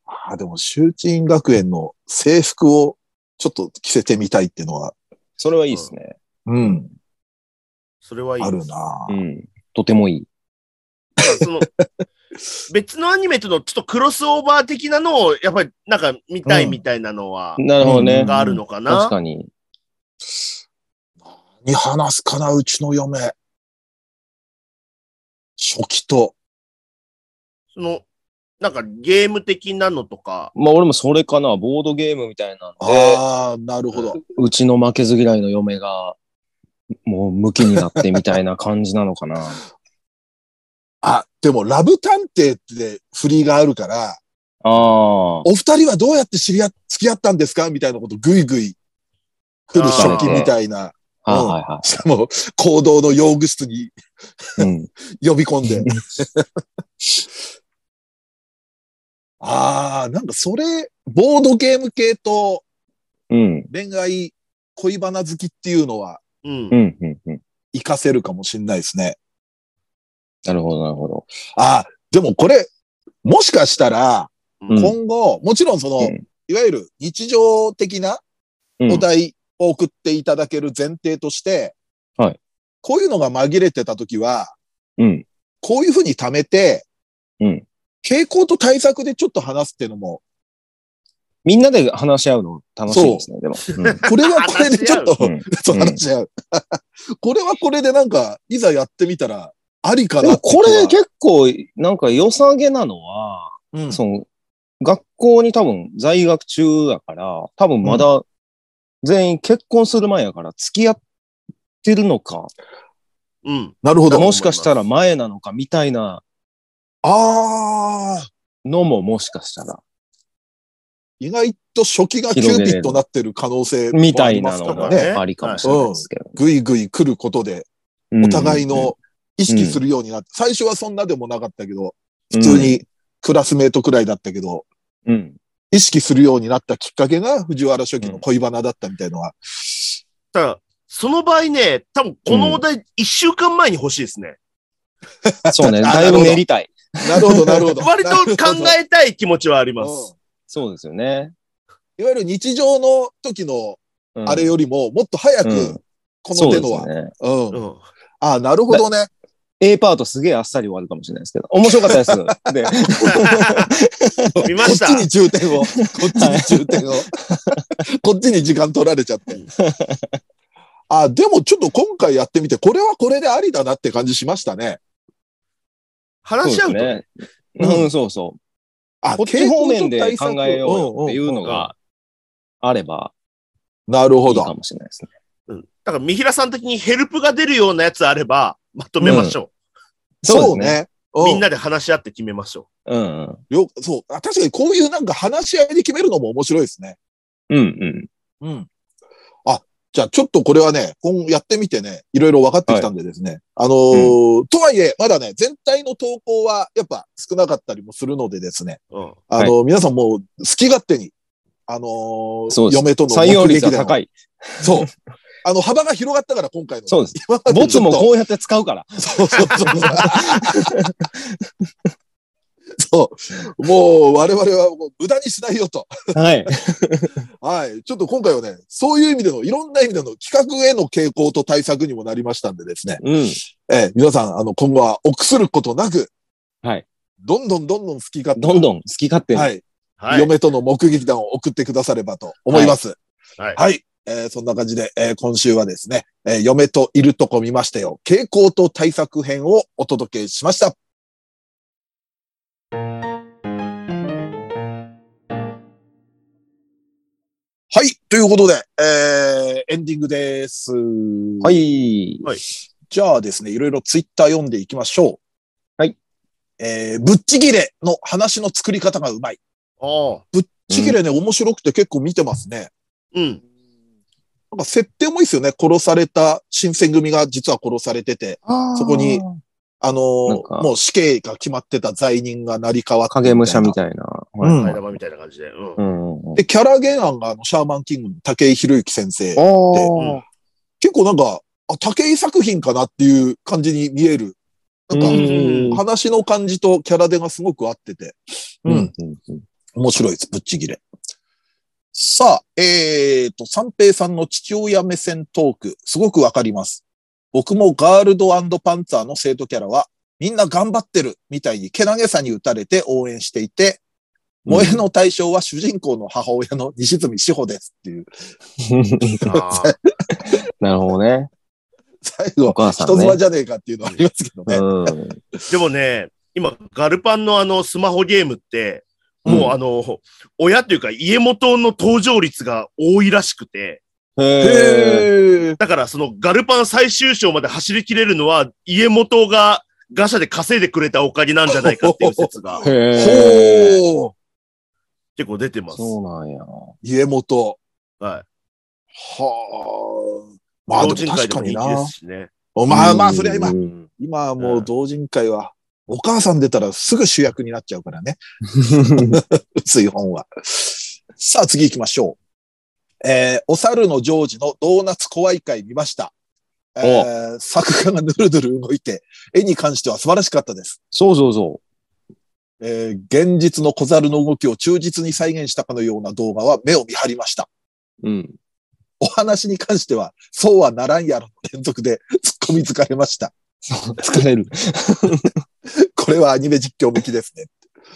ああ、でも、周知院学園の制服をちょっと着せてみたいっていうのは、
それはいいですね。
うん、
それはいい。
あるな
う。ん。とてもいい。
その別のアニメとのちょっとクロスオーバー的なのを、やっぱりなんか見たいみたいなのは、
なるほどね。
うん
があるのかな。
確かに。
に話すかな、うちの嫁。初期と。
その、なんかゲーム的なのとか、
まあ俺もそれかな。ボードゲームみたいなんで、
ああ、なるほど。
うちの負けず嫌いの嫁が、もうムキになってみたいな感じなのかな。
あ、でも、ラブ探偵って振りがあるから、
ああ。
お二人はどうやって知り合っ、付き合ったんですかみたいなこと、ぐいぐい来る初期みたいな。
はいはいは
しかも、行動の用具室に
い。うん。
呼び込んで。ああ、なんかそれ、ボードゲーム系と
うん。
恋愛、恋バナ好きっていうのは
うん
う。ん。うん。うん。
活かせるかもしれないですね。
なるほど、なるほど。
ああ、でもこれ、もしかしたら、
うん
こ
今後、もちろんその、
うん
いわゆる日常的な
うん
お題を送っていただける前提として、
はい
こういうのが紛れてたときは、
うん。
こういうふうに貯めて、
うん
傾向と対策でちょっと話すっていうのも、
みんなで話し合うの楽しいですね、でも。
これはこれでちょっと、
うんうん
そう話し合う。これはこれでなんか、いざやってみたら、ありか
で
な
も
って
これ
気は
結構、なんか良さげなのは、
うん
その、学校に多分在学中だから、多分まだ全員結婚する前やから付き合ってるのか、
うん。
なるほど。
もしかしたら前なのかみたいな
ああ、
のももしかしたら、
意外と初期がキューピッドになってる可能性も
みた
あ
い
りま
な
す
の
か
が
らね。
ありかもしれないですけど。
ぐいぐい来ることで、お互いの意識するようになって、最初はそんなでもなかったけど、
普
普通。にクラスメートくらいだったけど、
うん。
意識するようになったきっかけが藤原初期の恋バナだったみたいのは、
ただ、その場合ね、多分このお題一週間前に欲しいですね。
そうね、だいぶ練りたい。
なるほど、なるほど。
割と考えたい気持ちはあり
な
ま
るほど
す。
そうですよね。
いわゆる日常の時の
うん
あれよりも、もっと早
うん
く、この手の
そ
は
う。ですね。
うん。
うん。
ああ、なるほどね。
A パートすげえあっさり終わるかもしれないですけど、面白かった です。で、
見
こ
ま
っち
した。
に重点を。こっちに重 点を。こっちに時間取られちゃって。あ、でもちょっと今回やってみて、これはこれでありだなって感じしましたね。
話し合うと。
ね。
うん
うん、そうそう。
あ
こっち方面で考えようよっていうの。があれば
傾
いい
向と対策んんんなるほ
か
ど。
もしれないですね。
うん。だから、三平さん的にヘルプが出るようなやつあれば、まとめましょ
そう。ね。
う。
う
みんなで話し合って決めましょ
うんうん。
よ、そう。あ確かにこういうなんか話し合いで決めるのも面白いですね。
うんうん。
うん。あ、じゃあちょっとこれはね、今後やってみてね、いろいろ分かってきたんでですね。あのーとはいえ、まだね、全体の投稿はやっぱ少なかったりもするのでですね。
う。うん。
あのー皆さんもう好き勝手に、あのー
そうです
嫁との
採用率が
目撃
高
談を
い。
そう。あの、幅が広がったから今回の。
そうです。
今まで
ボツも
ちょっと
こうやって使うから。
そうそうそうそう。そう。もう我々はもう無駄にしないよと。
はい。
はい。ちょっと今回はね、そういう意味での、いろんな意味での企画への傾向と対策にもなりましたんでですね。
うん。
えー皆さん、あの、今後は臆することなく、
はい。
どんどんどんどん好き勝手。
どんどん好き勝手に。
はい。
はい。
嫁との目撃談を送ってくださればと思います。
はい
はい。えーそんな感じで、えー今週はですね、えー嫁といるとこ見ましたよ。傾向と対策編をお届けしました。はい。ということで、えーエンディングです。。
はいい。
じゃあですね、いろいろツイッター読んでいきましょう。
はい。
えーぶっちぎれの話の作り方がうまい。
おう
ちぎれね、面白くて結構見てますね。
うん。
なんか設定もいいですよね。殺された新選組が実は殺されてて、そこに、あのー
なんか
もう死刑が決まってた罪人が成り代わって。
影武者み
い
たいな。
な。うん
替え玉みたいな感じで。うん。
うんうんうん。
で、キャラ原案があの、シャーマンキングの武井博之先生。
おー
結構なんか、あ、武井作品かなっていう感じに見える。なん
うん
か、話の感じとキャラでがすごく合ってて。
うんうんうん
面白いです、ぶっちぎれ。さあ、えーと、三平さんの父親目線トーク、すごくわかります。僕もガールドパンツァーの生徒キャラは、みんな頑張ってるみたいにけなげさに打たれて応援していて、萌えの対象は主人公の母親の西住志保ですっていう、
あー
なるほどね。
最後
お、母さんね
人妻じゃねえかっていうのはありますけどね。
うん。
でもね、今、ガルパンのあのスマホゲームって、もうあの、親というか家元の登場率が多いらしくて、
へえ。
へー
だからそのガルパン最終章まで走り切れるのは家元がガシャで稼いでくれたおかげなんじゃないかっていう説 が
へえ。
ほー
結構出てます。
そうなんや。
家元。
は
はあ。
い。
まあ、
同
で
人
も
会
確
でも人
かにな
気。ですしね。
まあまあ、それは今
う、ん
今はもう同人会は、お母さん出たらすぐ主役になっちゃうか らね。薄い本は。さあ、次行きましょう。えー、お猿のジョージのドーナツ怖い会見ました。えー、作家がぬるぬる動いて、絵に関しては素晴らしかったです。
そうそうそ
えー、現実の小猿の動きを忠実に再現したかのような動画は目を見張りました。
う。うん。
お話に関しては、そうはならんやろの連続で突っ込み疲れました。
疲れる。
これはアニメ実況向きですね。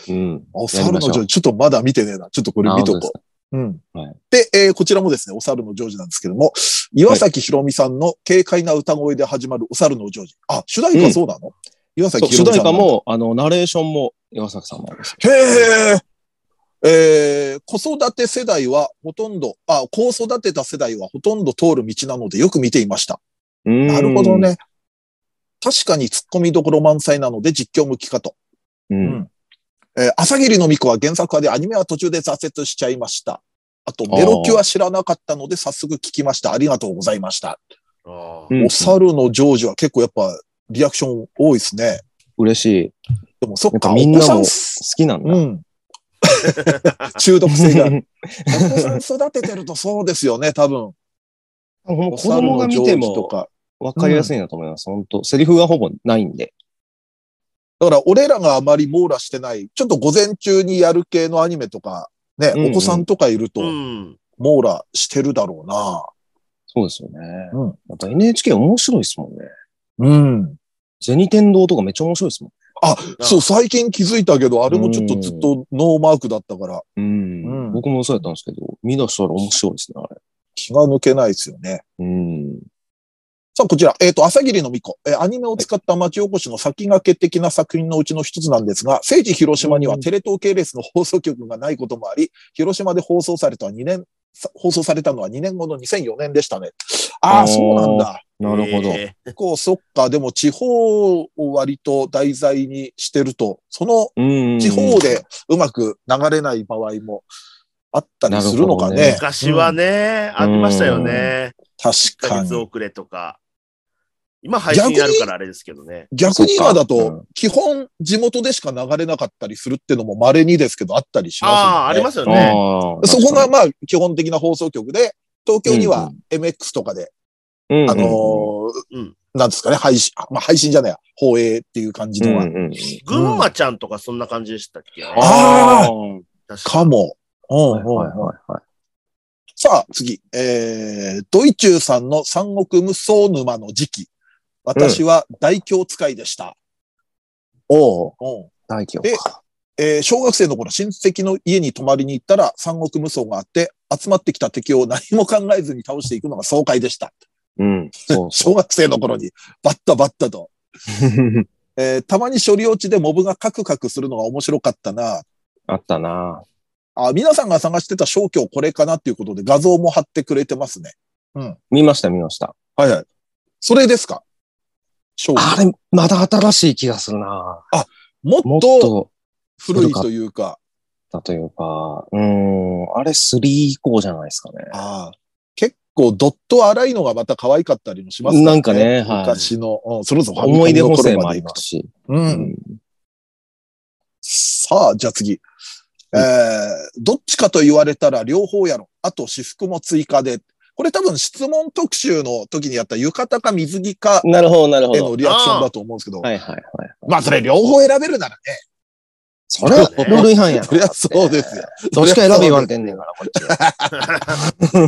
うん。
お猿
やりまし
の
ょう
ジョージ、ちょっとまだ見てねえな。ちょっとこれ見とこう。うん。
はい
で、えーこちらもですね、お猿のジョージなんですけども、岩崎宏美さんの軽快な歌声で始まるお猿のジョージ。あ、主題歌そうなの、岩
そ
崎
う主
宏美
題
さん
歌
の。
も、あの、ナレーションも岩崎さんなんです。
へえ。えー子育て世代はほとんど、あ、子を育てた世代はほとんど通る道なのでよく見ていました。な
な
るほど。ね。確かに突っ込みどころ満載なので実況向きかと。
うん。
えー朝霧の巫女は原作派でアニメは途中で挫折しちゃいました。あと、メロキュは知らなかったので早速聞きました。ありがとうございました。
あ
う
ー
ん
お猿のジョージは結構やっぱリアクション多いですね。
嬉しい。
でもそっ
やっ
か、
ぱみんなも
お
好
子さ
きなん
ん、う
だ。
ん。中毒性がある。
も
お子さん育ててるとそうですよね、多分。
う子供が見て
お猿のジョージと
も
か。
わかりやすいなと思います。本当セリフがほぼないんで。
だから俺らがあまり網羅してない、ちょっと午前中にやる系のアニメとか、ね、
うんうん
お子さんとかいると
うん。
網羅してるだろうな。
そうですよね。
うん
また NHK 面白いですもんね。
うん。
銭天堂とかめっちゃ面白いですもん。
そう、最近気づいたけど、あれもちょっとずっとノーマークだったから、
うん
うん
僕もそうやったんですけど、見出したら面白いですね、あれ。
気が抜けないですよね。
うん。
さあ、こちら、えっ、と、朝霧の巫女。えーアニメを使った町おこしの先駆け的な作品のうちの一つなんですが、聖地広島にはテレ東系列の放送局がないこともあり、広島で放送された2年、さ放送されたのは2年後の2004年でしたね。
あ
ああ、
ー
そうなんだ。
なるほど。
えー
結構、そっか。でも、地方を割と題材にしてると、その
うん。
地方でうまく流れない場合もあったりするのかね。
なるほ
昔はね、
うん
ありましたよね。
確
1ヶ
か
月
に。
遅れとか。今配信あるからあれですけどね。
逆に今だ
そっかう
と、基本地元でしか流れなかったりするっていうのも稀にですけどあったりします、ね。
ああ、ありますよ
あ
ね。
ー
そこが、まあ基本的な放送局で、東京には MX とかで、
うんうん
あのー
うん
なんですかね、配信、あまあ配信じゃないや、放映っていう感じのは、
うんうんうん
群馬ちゃんとかそんな感じでしたっけね。
あ
ーはい
確
かも。うんうんうん
はいはいはい。
さあ、次。えー、ドイチューさんの三国無双沼の時期。私は大京使いでした。
おお
うん
大企
で
業か。
えー小学生の頃、親戚の家に泊まりに行ったら三国無双があって、集まってきた敵を何も考えずに倒していくのが爽快でした。
うん。そうそ
小学生の頃に、バッタバッタと。
う。
えーたまに処理落ちでモブがカクカクするのが面白かったな。
あったな
あ、皆さんが探してた消去これかなっていうことで画像も貼ってくれてますね。
見ました見ました。
はいはい。それですか消去。
あれ、まだ新しい気がするな
も
も
っ
っ
と
と
古いというか、
だというか、うーん、あれ3以降じゃないですかね。
ああ結構ドット荒いのがまた可愛かったりもします
なんかねはい
昔の、うん、それぞれ
思い出補正もありますし。
う。
うんん。
さあ、じゃあ次。えー、どっちかと言われたら両方やろ。あと、私服も追加で。これ多分質問特集の時にやった浴衣か水着か
なるほど、なるほ
へ
ど
の。リアクションだと思うんですけど。
はいはいはい。
まあ、それ両方選べるならね。
そ れはルール違反やん。
そりゃそうですよ。
どっちか選べ言わんてんねんから、こっ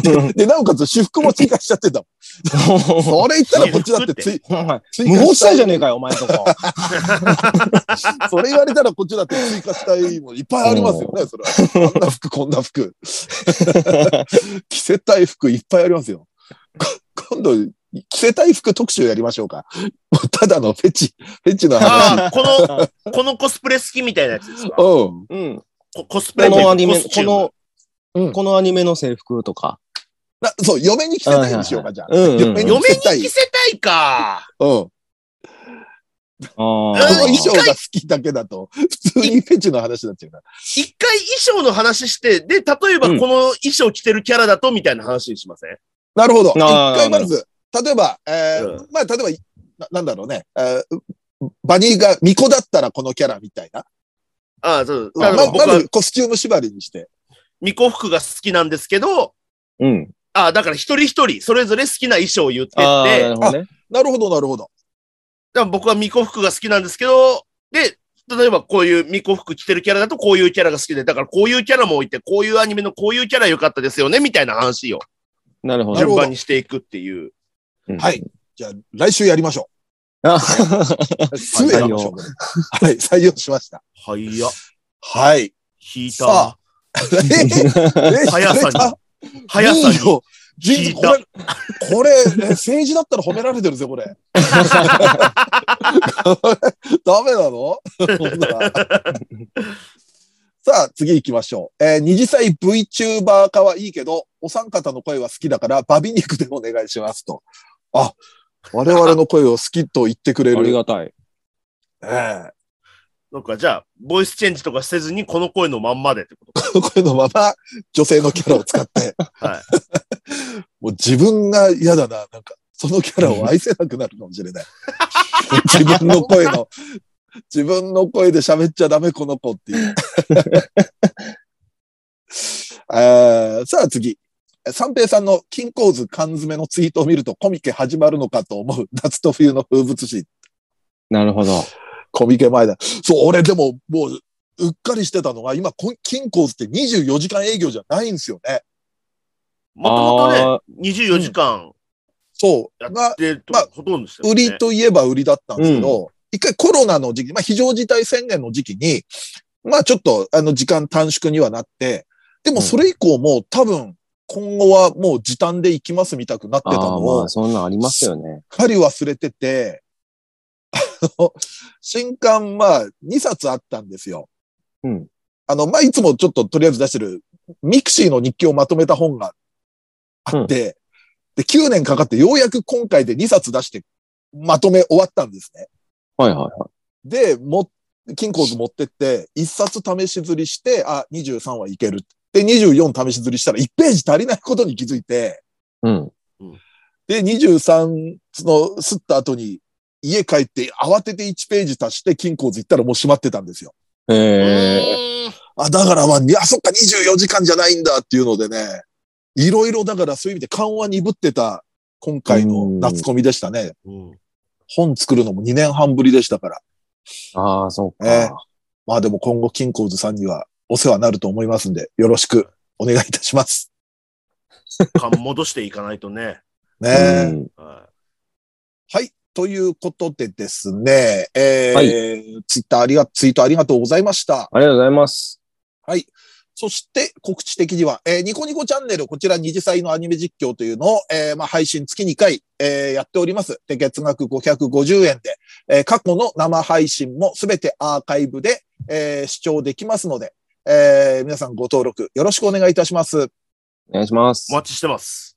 ちは
で、なおかつ私服も追加しちゃってたもん。 それ言ったらこっちだってつい
お前
追
無法
加
地帯じゃねえかよ、お前んと こ。
えそれ言われたらこっちだって追加したいもんいっぱいありますよね、それは。こんな服、こんな服。着せたい服いっぱいありますよ。こ今度、着せたい服特集やりましょうか。もうただのフェチ、フェチの話。
ああ、この、 このコスプレ好きみたいなやつですか
うん。
うん。
こコスプレ
こ
という
の
か
アニメ、
コスチューム
こ
う
の、
ん
このアニメの制服とか。
なそう、嫁に着せたいにしようか、じゃあ。
うんうん
嫁に
嫁に
着せたい。うん
着。せたいか。
こ
あ
の
うん
衣装が好きだけだと、普通にフェチの話になっちゃうから。
一回衣装の話して、で、例えばこ
うん
の衣装着てるキャラだとみたいな話にしません、
なるほど。一
あー
回まず、例えば、えー
う
まあ、例えばな、なんだろうね、えーバニーが巫女だったらこのキャラみたいな。
ああ、そう。
ま
あの僕
ま
は
ず、コスチューム縛りにして。
巫女服が好きなんですけど、
うん。
ああ、だから一人一人、それぞれ好きな衣装を言ってって、
ああ、な
だ
る
か
ほどね。
なるほど、なるほど。
ら僕は巫女服が好きなんですけど、で、例えばこういう巫女服着てるキャラだとこういうキャラが好きで、だからこういうキャラも置いて、こういうアニメのこういうキャラ良かったですよね、みたいな話を
なるほ
なる
ど。
順
ほど
番にしていくっていう。
うん
はい。じゃあ、来週やりましょ
あ
う。すぐやりましょう。 はい、採用しました。
はいや、
はい。
引い
さ
た。
えー
速さに
あ
速さに。
いいよ人
聞い
これ、これ、え政治だったら褒められてるぜ、これ。 ダメなのほんならさあ、次行きましょう。えー二次祭 VTuber 化はいいけど、お三方の声は好きだから、バビ肉でお願いしますと。あ、我々の声を好きと言ってくれ
あり
る。
がたい。
ええ
なんかじゃあ、ボイスチェンジとかせずにこの声のまんまでってことか。
声のまま、女性のキャラを使って。
はい
もう自分が嫌だな、なんか、そのキャラを愛せなくなるかもしれない。自分の声の、自分の声で喋っちゃダメ、この子っ ていう。あーさあ次。三平さんの金光図缶詰のツイートを見るとコミケ始まるのかと思う夏と冬の風物詩
なるほど。
コミケ前だ。そう、俺でももう、うっかりしてたのが、今、こ金鉱って24時間営業じゃないんですよね。
もとも
あ
とね、24時間
そう。
や
が
っ、てると
まあ
ほとんどして
売りといえば売りだったんですけど、一回コロナの時期、まあ非常事態宣言の時期に、まあちょっと、あの、時間短縮にはなって、でもそれ以降もう多分、今後はもう時短で行きますみたくなって
あ
たの
あ、
を、
まあ、そんなんありますよね。
すっかり忘れてて、あの、新刊は2冊あったんですよ。
うん。
あの、まあ、いつもちょっととりあえず出してる、ミクシーの日記をまとめた本があって、で、9年かかってようやく今回で2冊出して、まとめ終わったんですね。
はいはいは
で、も、金庫図持ってって、1冊試し釣りして、あ、23はいける。で、24試し釣りしたら1ページ足りないことに気づいて、
い。うん。
で、23の吸った後に、家帰って慌てて1ページ足して金庫図行ったらもう閉まってたんですよ。
へえ。
え
あ、だからまあ、にあ、そっか24時間じゃないんだっていうのでね、いろいろだからそういう意味で緩和鈍ってた今回の夏コミでしたね。本作るのも2年半ぶりでしたから。
ああ、そう
ええ
か。
まあでも今後金庫図さんにはお世話になると思いますんで、よろしくお願いいたします。
感戻していかないとね。
ねえ。
うん
は
はい。ということでですね、えー
は
ツイッターありが、ツイートありがとうございました。
ありがとうございます。
はい。そして告知的には、えーニコニコチャンネル、こちら二次祭のアニメ実況というのを、えーまあ、配信月2回、えーやっております。で、月額550円で、えー過去の生配信もすべてアーカイブで、えー視聴できますので、えー皆さんご登録よろしくお願いいたします。
お願いします
い。お。待ちしてます。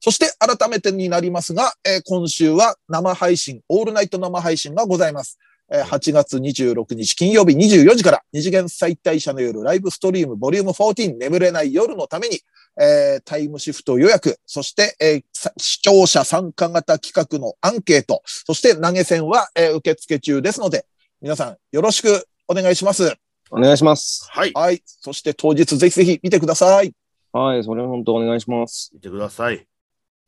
そして改めてになりますが、えー今週は生配信、オールナイト生配信がございます。えー8月26日金曜日24時から二次元再退社の夜ライブストリームボリューム14眠れない夜のために、えータイムシフト予約、そして、えーさ視聴者参加型企画のアンケート、そして投げ銭は、えー受付中ですので、皆さんよろしくお願いします。
お願いします。
はい。
はい。そして当日ぜひぜひ見てください。
はい、それ本当お願いします。
見てください。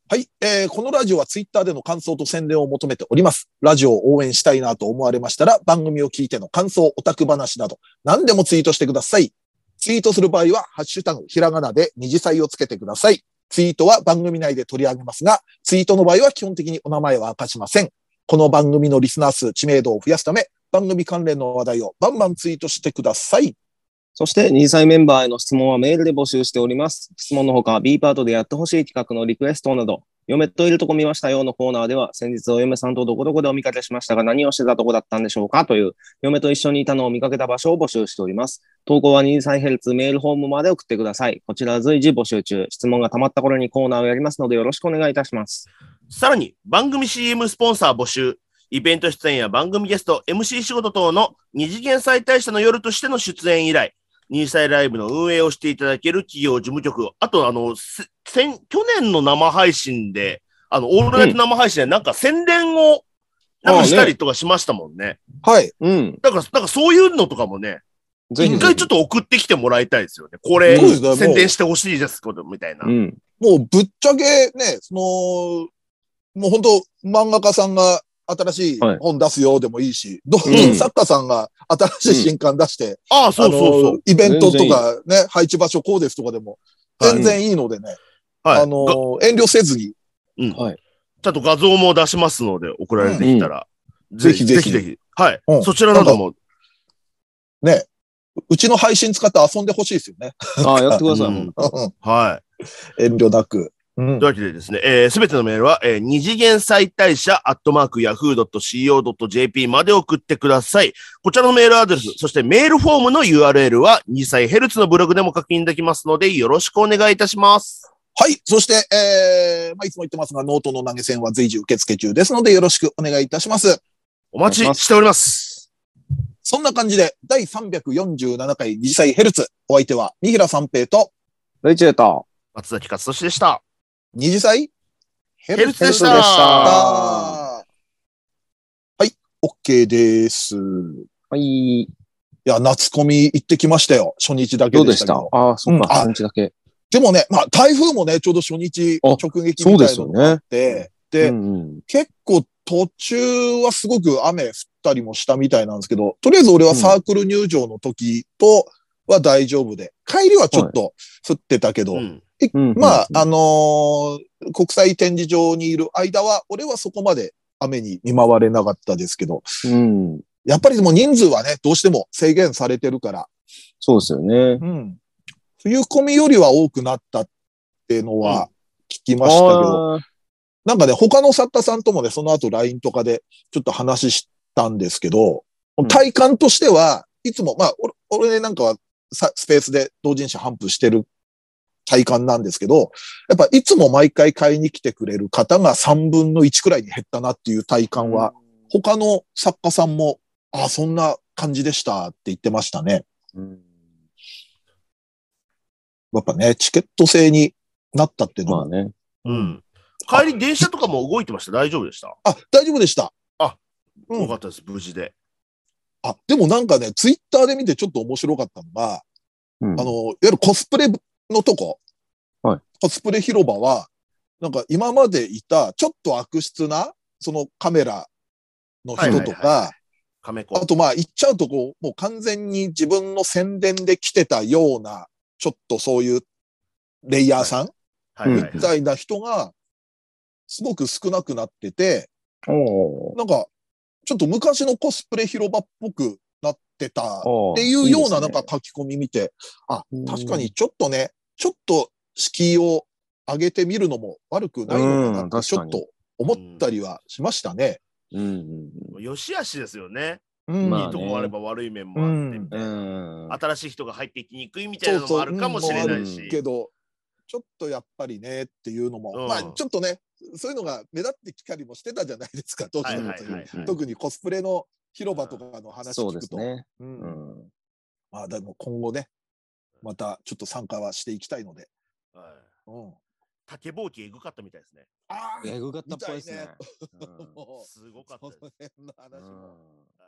はい。えーこのラジオはツイッターでの感想と宣伝を求めております。ラジオを応援したいなと思われましたら、番組を聞いての感想、オタク話など、何でもツイートしてください。ツイートする場合は、ハッシュタグ、ひらがなで二次祭をつけてください。ツイートは番組内で取り上げますが、ツイートの場合は基本的にお名前は明かしません。この番組のリスナー数、知名度を増やすため、番組関連の話題をバンバンツイートしてください。
そして、2歳メンバーへの質問はメールで募集しております。質問のほか、B パートでやってほしい企画のリクエストなど、嫁といるとこ見ましたよのコーナーでは、先日お嫁さんとどこどこでお見かけしましたが、何をしてたとこだったんでしょうかという、嫁と一緒にいたのを見かけた場所を募集しております。投稿は2歳ヘルツメールホームまで送ってください。こちらは随時募集中。質問が溜まった頃にコーナーをやりますので、よろしくお願いいたします。
さらに番組 CM スポンサー募集、イベント出演や番組ゲスト、MC 仕事等の二次元再大社の夜としての出演以来、二次祭ライブの運営をしていただける企業事務局、あとあの、せ先去年の生配信で、あの、オールナイト生配信でなんか宣伝をなんかしたりとかしましたもんね。
はい。
うん。
だから、なんかそういうのとかもね、
ぜひ
一
ぜ
回
ひ。
ちょっと送ってきてもらいたいですよね。これ、
そうですねもう
宣伝してほしいです、ことみたいな。
うん。
もうぶっちゃけね、その、もう本当漫画家さんが新しい
はい
本出すよでもいいし、ど
うん
うん、作家さんが新しい新刊出して、
ああ、そうそう
あ
そ
のイベントとかね、配置場所こうですとかでも、
はい
全然いいのでね、
う。はい。
あの、遠慮せずに、
ちゃんと画像も出しますので、送られてきたら。ぜひ
ぜ
ぜ
ひ
ひ
ぜ
ぜ
ひ
ひ。はい、
うん
そちらなども。
うちの配信使って遊んでほしいですよね。
ああ、やってください。
うん
うん
は
遠慮なく。
い。というわけでですね、す、えー、べ、てのメールは、えー二次元再大社、アットマーク、ヤフー .co.jp まで送ってください。こちらのメールアドレス、そしてメールフォームの URL は、2歳ヘルツのブログでも確認できますので、よろしくお願いいたします。
はい。そして、えー、まあ、いつも言ってますが、ノートの投げ銭は随時受付中ですので、よろしくお願いいたします。
お待ちしております。
そんな感じで、第347回二次祭ヘルツ。お相手は、三平三平と、
レイチューと、
松崎勝利でした。
二次祭ヘ
ヘルツでした。
ヘルツでした
はい。OK です。い
はい。
や、夏コミ行ってきましたよ。初日だけ
どう
で
で
し
したた
けど。
ああ、そっ
うんあ
か、半日だけ。
でもね、まあ、台風もね、ちょうど初日
あ
直撃みたいなのがあって、で、
うんうん
結構途中はすごく雨降ったりもしたみたいなんですけど、とりあえず俺はサークル入場の時とは大丈夫で、帰りはちょっと降ってたけど、
うん。
うん
まあ、
うん
あのー国際展示場にいる間は、俺はそこまで雨に見舞われなかったですけど、
うん。
やっぱりでも人数はね、どうしても制限されてるから、
そうですよね。
うん冬込みよりは多くなったっていうのは聞きましたけど、
あー
なんかね、他の作家さんともね、その後 LINE とかでちょっと話したんですけど、
うん
体感としては、いつも、まあ、俺俺ねなんかはさスペースで同人誌頒布してる体感なんですけど、やっぱいつも毎回買いに来てくれる方が3分の1くらいに減ったなっていう体感は、他の作家さんも、あ、そんな感じでしたって言ってましたね。
うん
やっぱね、チケット制になったっていうの
ま
は、
あね。
うん。帰り電車とかも動いてました。大丈夫でした。
あ、大丈夫でした。うん
よかったです。無事で。
あ、でもなんかね、ツイッターで見てちょっと面白かったのが、
うん
あの、いわゆるコスプレのとこ。
はい
コスプレ広場は、なんか今までいた、ちょっと悪質な、そのカメラの人と
はいはいはい
か、
亀子。
あとまあ言っちゃうとこう、もう完全に自分の宣伝で来てたような、ちょっとそういうレイヤーさん
はいはい、
う
は
み
い。
たいな人が、すごく少なくなってて、
おー
なんか、ちょっと昔のコスプレ広場っぽくなってた
おー
っていうような
で
な
す
ん
ね
か書き込み見て、あ
うん、
確かにちょっとね、ちょっと敷居を上げてみるのも悪くないのか
うん
なって、
確
ち
か
ょっ
に
と思ったりはしましたね。
うん
よしあしですよね。
うん
ま
いい
あ
とこもあれば悪い面もあってみた
う
いな、
ん。うん。
新しい人が入ってきにくいみたいな
そう
の
そう
もあるかもしれない
うんもうある
し
け。ど、ちょっとやっぱりねっていうのも、
うん
まあちょっとね、そういうのが目立ってきたりもしてたじゃないですか、どうし
はいは
て
い
も
は。いはい。
特にコスプレの広場とかの話
そう
聞
で
く
す
と。
ね。
うん
うん。
まあでも今後ね、またちょっと参加はしていきたいので。
はい
うん。
竹ぼうきエグかったみたいですね。
ああ
えぐかったっぽいですね。
もう
すごかったです。
その辺の話
うんう
も
ん